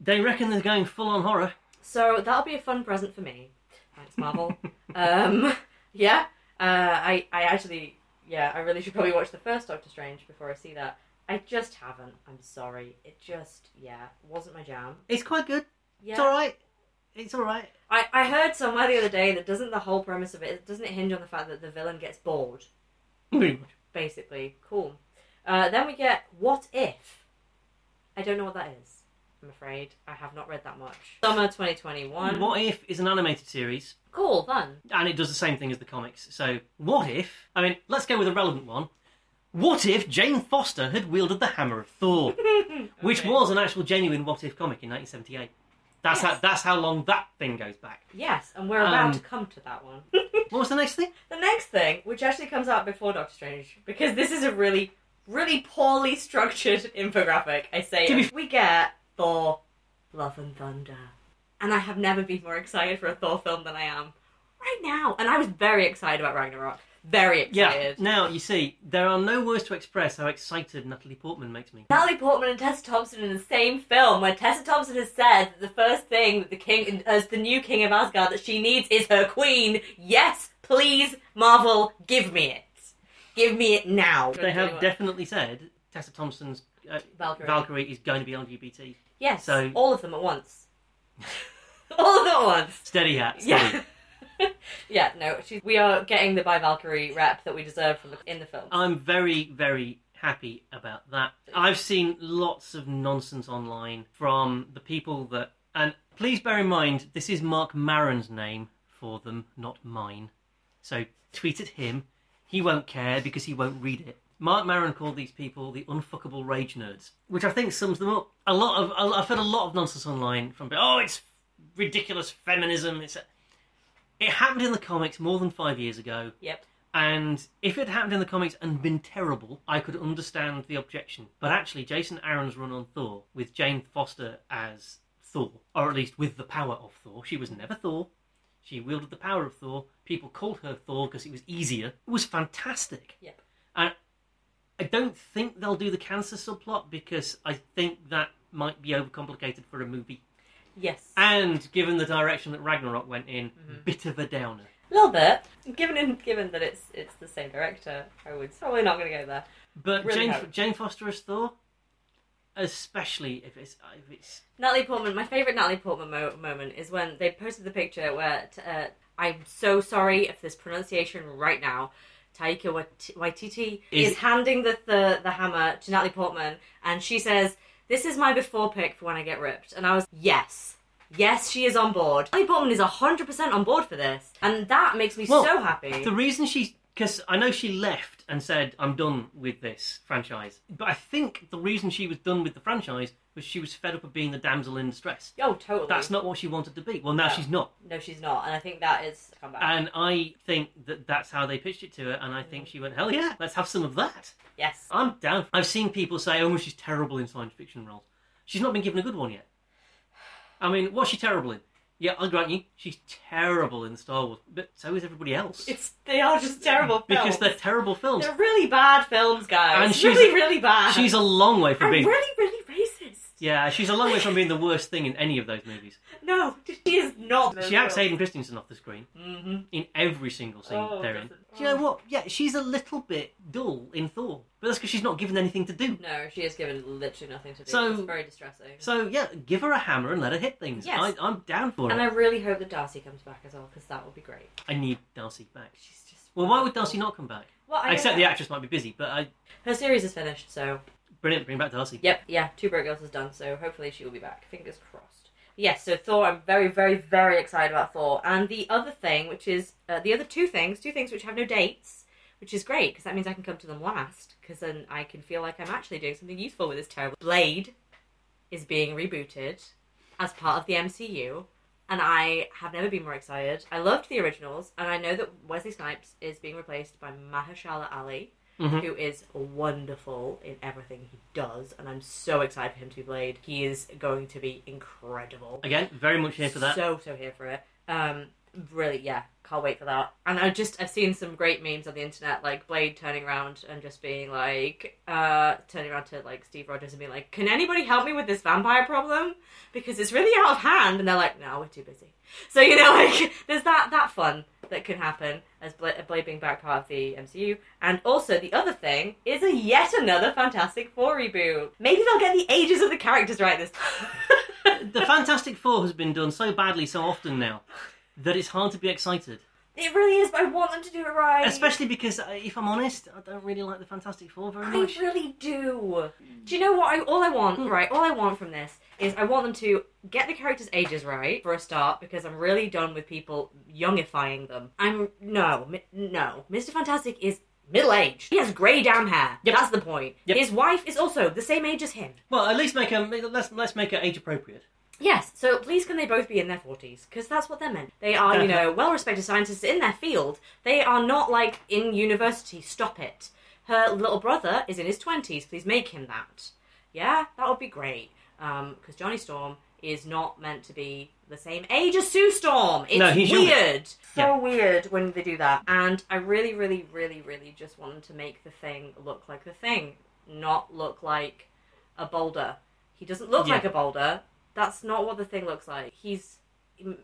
They reckon they're going full on horror. So that'll be a fun present for me. Thanks, Marvel. um, yeah, uh, I, I actually, yeah, I really should probably watch the first Doctor Strange before I see that. I just haven't. I'm sorry. It just, yeah, wasn't my jam. It's quite good. Yeah. It's all right. It's all right. I, I heard somewhere the other day that doesn't the whole premise of it doesn't it hinge on the fact that the villain gets bored, Pretty Um, much. basically. Cool. Uh, then we get What If? I don't know what that is. I'm afraid I have not read that much. Summer 2021. What If is an animated series, Cool, fun. and it does the same thing as the comics. So, what if? I mean, let's go with a relevant one. What if Jane Foster had wielded the hammer of Thor, which Okay. was an actual genuine What If comic in 1978? That's how Yes. that's how long that thing goes back. Yes, and we're about Um, to come to that one. What was the next thing? the next thing, which actually comes out before Doctor Strange, because this is a really, really poorly structured infographic. I say To be it. we get Thor, Love and Thunder, and I have never been more excited for a Thor film than I am right now. And I was very excited about Ragnarok. Very Yeah. excited. Now you see, there are no words to express how excited Natalie Portman makes me. Natalie Portman and Tessa Thompson in the same film, where Tessa Thompson has said that the first thing that the king, as the new king of Asgard, that she needs is her queen. Yes, please, Marvel, give me it. Give me it now. They have definitely said Tessa Thompson's uh, Valkyrie. Valkyrie is going to be LGBT. yes, so- all of them at once. all of them at once. Steady hat. Steady. Yeah. yeah, no, she's, we are getting the by Valkyrie rep that we deserve from the, in the film. I'm very, very happy about that. I've seen lots of nonsense online from the people that, and please bear in mind, this is Mark Maron's name for them, not mine. So tweet at him. He won't care because he won't read it. Mark Maron called these people the unfuckable rage nerds, which I think sums them up. A lot of I- I've heard a lot of nonsense online from oh, it's ridiculous feminism. It's it happened in the comics more than five years ago. Yep. And if it happened in the comics and been terrible, I could understand the objection. But actually, Jason Aaron's run on Thor, with Jane Foster as Thor, or at least with the power of Thor, she was never Thor. She wielded the power of Thor. People called her Thor because it was easier. It was fantastic. Yep. And I don't think they'll do the cancer subplot because I think that might be overcomplicated for a movie. Yes. And given the direction that Ragnarok went in, bit of a downer. a little bit. Given in, given that it's it's the same director, I would probably not going to go there. But Really Jane hope. Jane Foster as Thor, especially if it's if it's Natalie Portman, my favourite Natalie Portman mo- moment is when they posted the picture where, t- uh, I'm so sorry if this pronunciation right now, Taika Wait- Waititi Is- is, handing the, the, the hammer to Natalie Portman and she says, This is my before pick for when I get ripped. And I was, Yes. Yes, she is on board. Natalie Portman is 100% on board for this. And that makes me Well, so happy. the reason she because I know she left and said I'm done with this franchise, but I think the reason she was done with the franchise was she was fed up of being the damsel in distress. oh, totally. That's not what she wanted to be. Well, now No. she's not, No, she's not. And I think that is. Come back. and I think that that's how they pitched it to her, and I think she went, "Hell yeah, let's have some of that." yes. I'm down. I've seen people say, "Oh, she's terrible in science fiction roles. She's not been given a good one yet." I mean, what's she terrible in? Yeah, I'll grant you, she's terrible in Star Wars, but so is everybody else It's, they are just terrible because films. they're terrible films. They're really bad films, guys. And she's- really, really bad. She's a long way from and being. really, really racist. Yeah, she's a long way from being the worst thing in any of those movies. No, she is not. She acts Hayden Christensen off the screen Mm-hmm. in every single scene Oh, they're in. doesn't- Do you know what? Yeah, she's a little bit dull in Thor, but that's because she's not given anything to do. No, she is given literally nothing to do. So- it's very distressing. So yeah, give her a hammer and let her hit things. Yes. I, I'm down for and it. I really hope that Darcy comes back as well because that would be great. I need Darcy back. She's just. Well, why would Darcy not come back? Well, I Except don't the know. actress might be busy, but I her series is finished, so brilliant. Bring back Darcy. yep, yeah, Two Broke Girls is done, so hopefully she will be back. Fingers crossed. Yes, so Thor, I'm very, very, very excited about Thor. And the other thing, which is uh, the other two things, two things which have no dates, which is great because that means I can come to them last because then I can feel like I'm actually doing something useful with this terrible. Blade is being rebooted as part of the MCU, and I have never been more excited. I loved the originals, and I know that Wesley Snipes is being replaced by Mahershala Ali, Mhm. who is wonderful in everything he does, and I'm so excited for him to be Blade. He is going to be incredible. Again, very much here for that. So so here for it. Um, really, yeah, can't wait for that. And I just I've seen some great memes on the internet, like Blade turning around and just being like, uh, turning around to like Steve Rogers and being like, "Can anybody help me with this vampire problem? Because it's really out of hand." And they're like, "No, we're too busy." So you know, like there's that that fun that can happen as Blade, Blade being back part of the MCU. And also the other thing is a yet another Fantastic Four reboot. Maybe they'll get the ages of the characters right this time. the Fantastic Four has been done so badly so often now that it's hard to be excited. It really is, but I want them to do it right. Especially because, uh, if I'm honest, I don't really like the Fantastic Four very I much. really do. Do you know what? I, all I want, Hmm. right? All I want from this is I want them to get the characters' ages right for a start, because I'm really done with people youngifying them. I'm no, mi- no. Mister Fantastic is middle aged. He has grey damn hair. Yep. That's the point. Yep. His wife is also the same age as him. Well, at least make them. Let's let's make it age appropriate. Yes. So please, can they both be in their forties? Because that's what they're meant. They are, you know, well-respected scientists in their field. They are not like in university. Stop it. Her little brother is in his twenties. Please make him that. Yeah, that would be great. Because Johnny Storm is not meant to be the same age as Sue Storm. It's No, he's younger. weird. So Yeah. weird when they do that. And I really, really, really, really just want them to make the thing look like the thing, not look like a boulder. He doesn't look Yeah. like a boulder. That's not what the thing looks like. He's,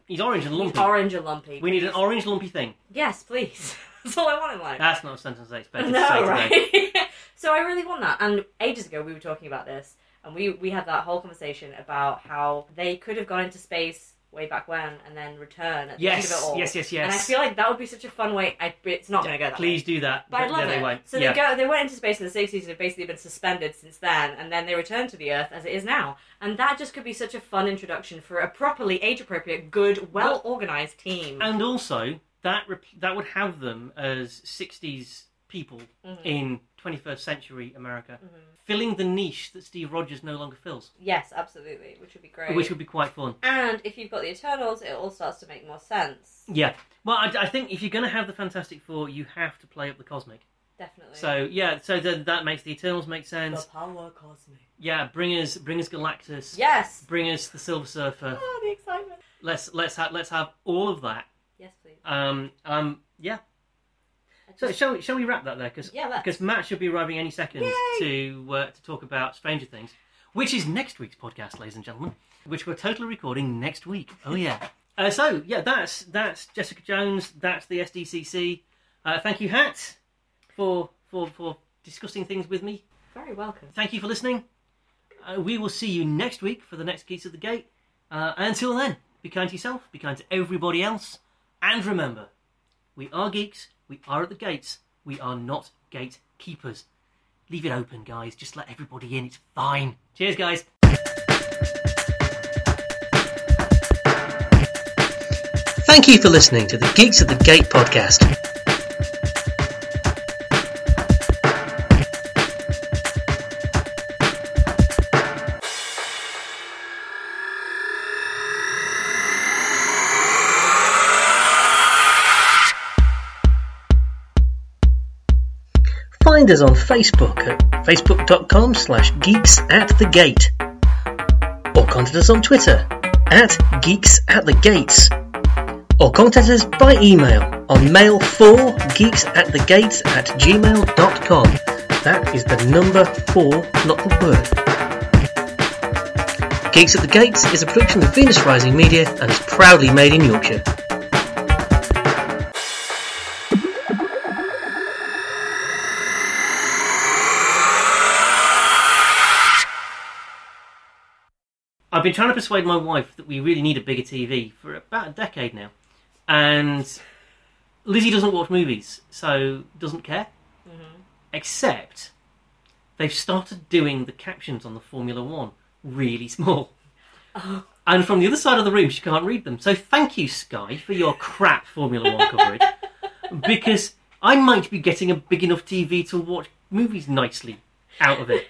He's orange and he's lumpy. orange and lumpy. We need an Please. orange lumpy thing. Yes, please. That's all I want in life. That's not a sentence I expected to say no, today. right? so I really want that. And ages ago, we were talking about this, and we we had that whole conversation about how they could have gone into space way back when and then return at the end Yes, of it all. yes, yes, yes. And I feel like that would be such a fun way. I, it's not going to go that way. Please do that. But I Th- love there it. They went. So yeah. they go, they went into space in the sixties and have basically been suspended since then, and then they return to the Earth as it is now, and that just could be such a fun introduction for a properly age-appropriate, good, well-organized team. And also, that rep- that would have them as 60s people in 21st century America, filling the niche that Steve Rogers no longer fills, yes, absolutely, which would be great. which would be quite fun. And if you've got the Eternals, it all starts to make more sense. Yeah. Well, I, I think if you're going to have the Fantastic Four, you have to play up the cosmic. Definitely. So yeah, so then that makes the Eternals make sense. power cosmic. Yeah, bring us bring us Galactus. Yes. Bring us the Silver Surfer. Oh, the excitement. Let's let's ha- let's have all of that. Yes, please. Um, um, yeah. I So just- shall we, shall we wrap that there? Because Yeah, let's. Matt should be arriving any second Yay! to uh, to talk about Stranger Things, which is next week's podcast, ladies and gentlemen, which we're totally recording next week. Oh yeah. uh, so yeah, that's that's Jessica Jones. That's the SDCC. Uh, thank you, Hat, for for for discussing things with me. very welcome. Thank you for listening. Uh, we will see you next week for the next Geese at the Gate. Uh, until then, be kind to yourself, be kind to everybody else, and remember, we are geeks, we are at the gates, we are not gatekeepers. Leave it open, guys. Just let everybody in. It's fine. Cheers, guys. Thank you for listening to the Geeks at the Gate podcast. Find us on Facebook at facebook.com slash geeks at the gate or contact us on Twitter at geeks at the gates or contact us by email on mail4geeksatthegates at gmail.com. That is the number four, not the word. Geeks at the Gates is a production of Venus Rising Media and is proudly made in Yorkshire. I've been trying to persuade my wife that we really need a bigger TV for about a decade now, and Lizzie doesn't watch movies, so doesn't care. Except they've started doing the captions on the Formula One really small, and from the other side of the room, she can't read them. So thank you, Sky, for your crap Formula One coverage, because I might be getting a big enough TV to watch movies nicely out of it.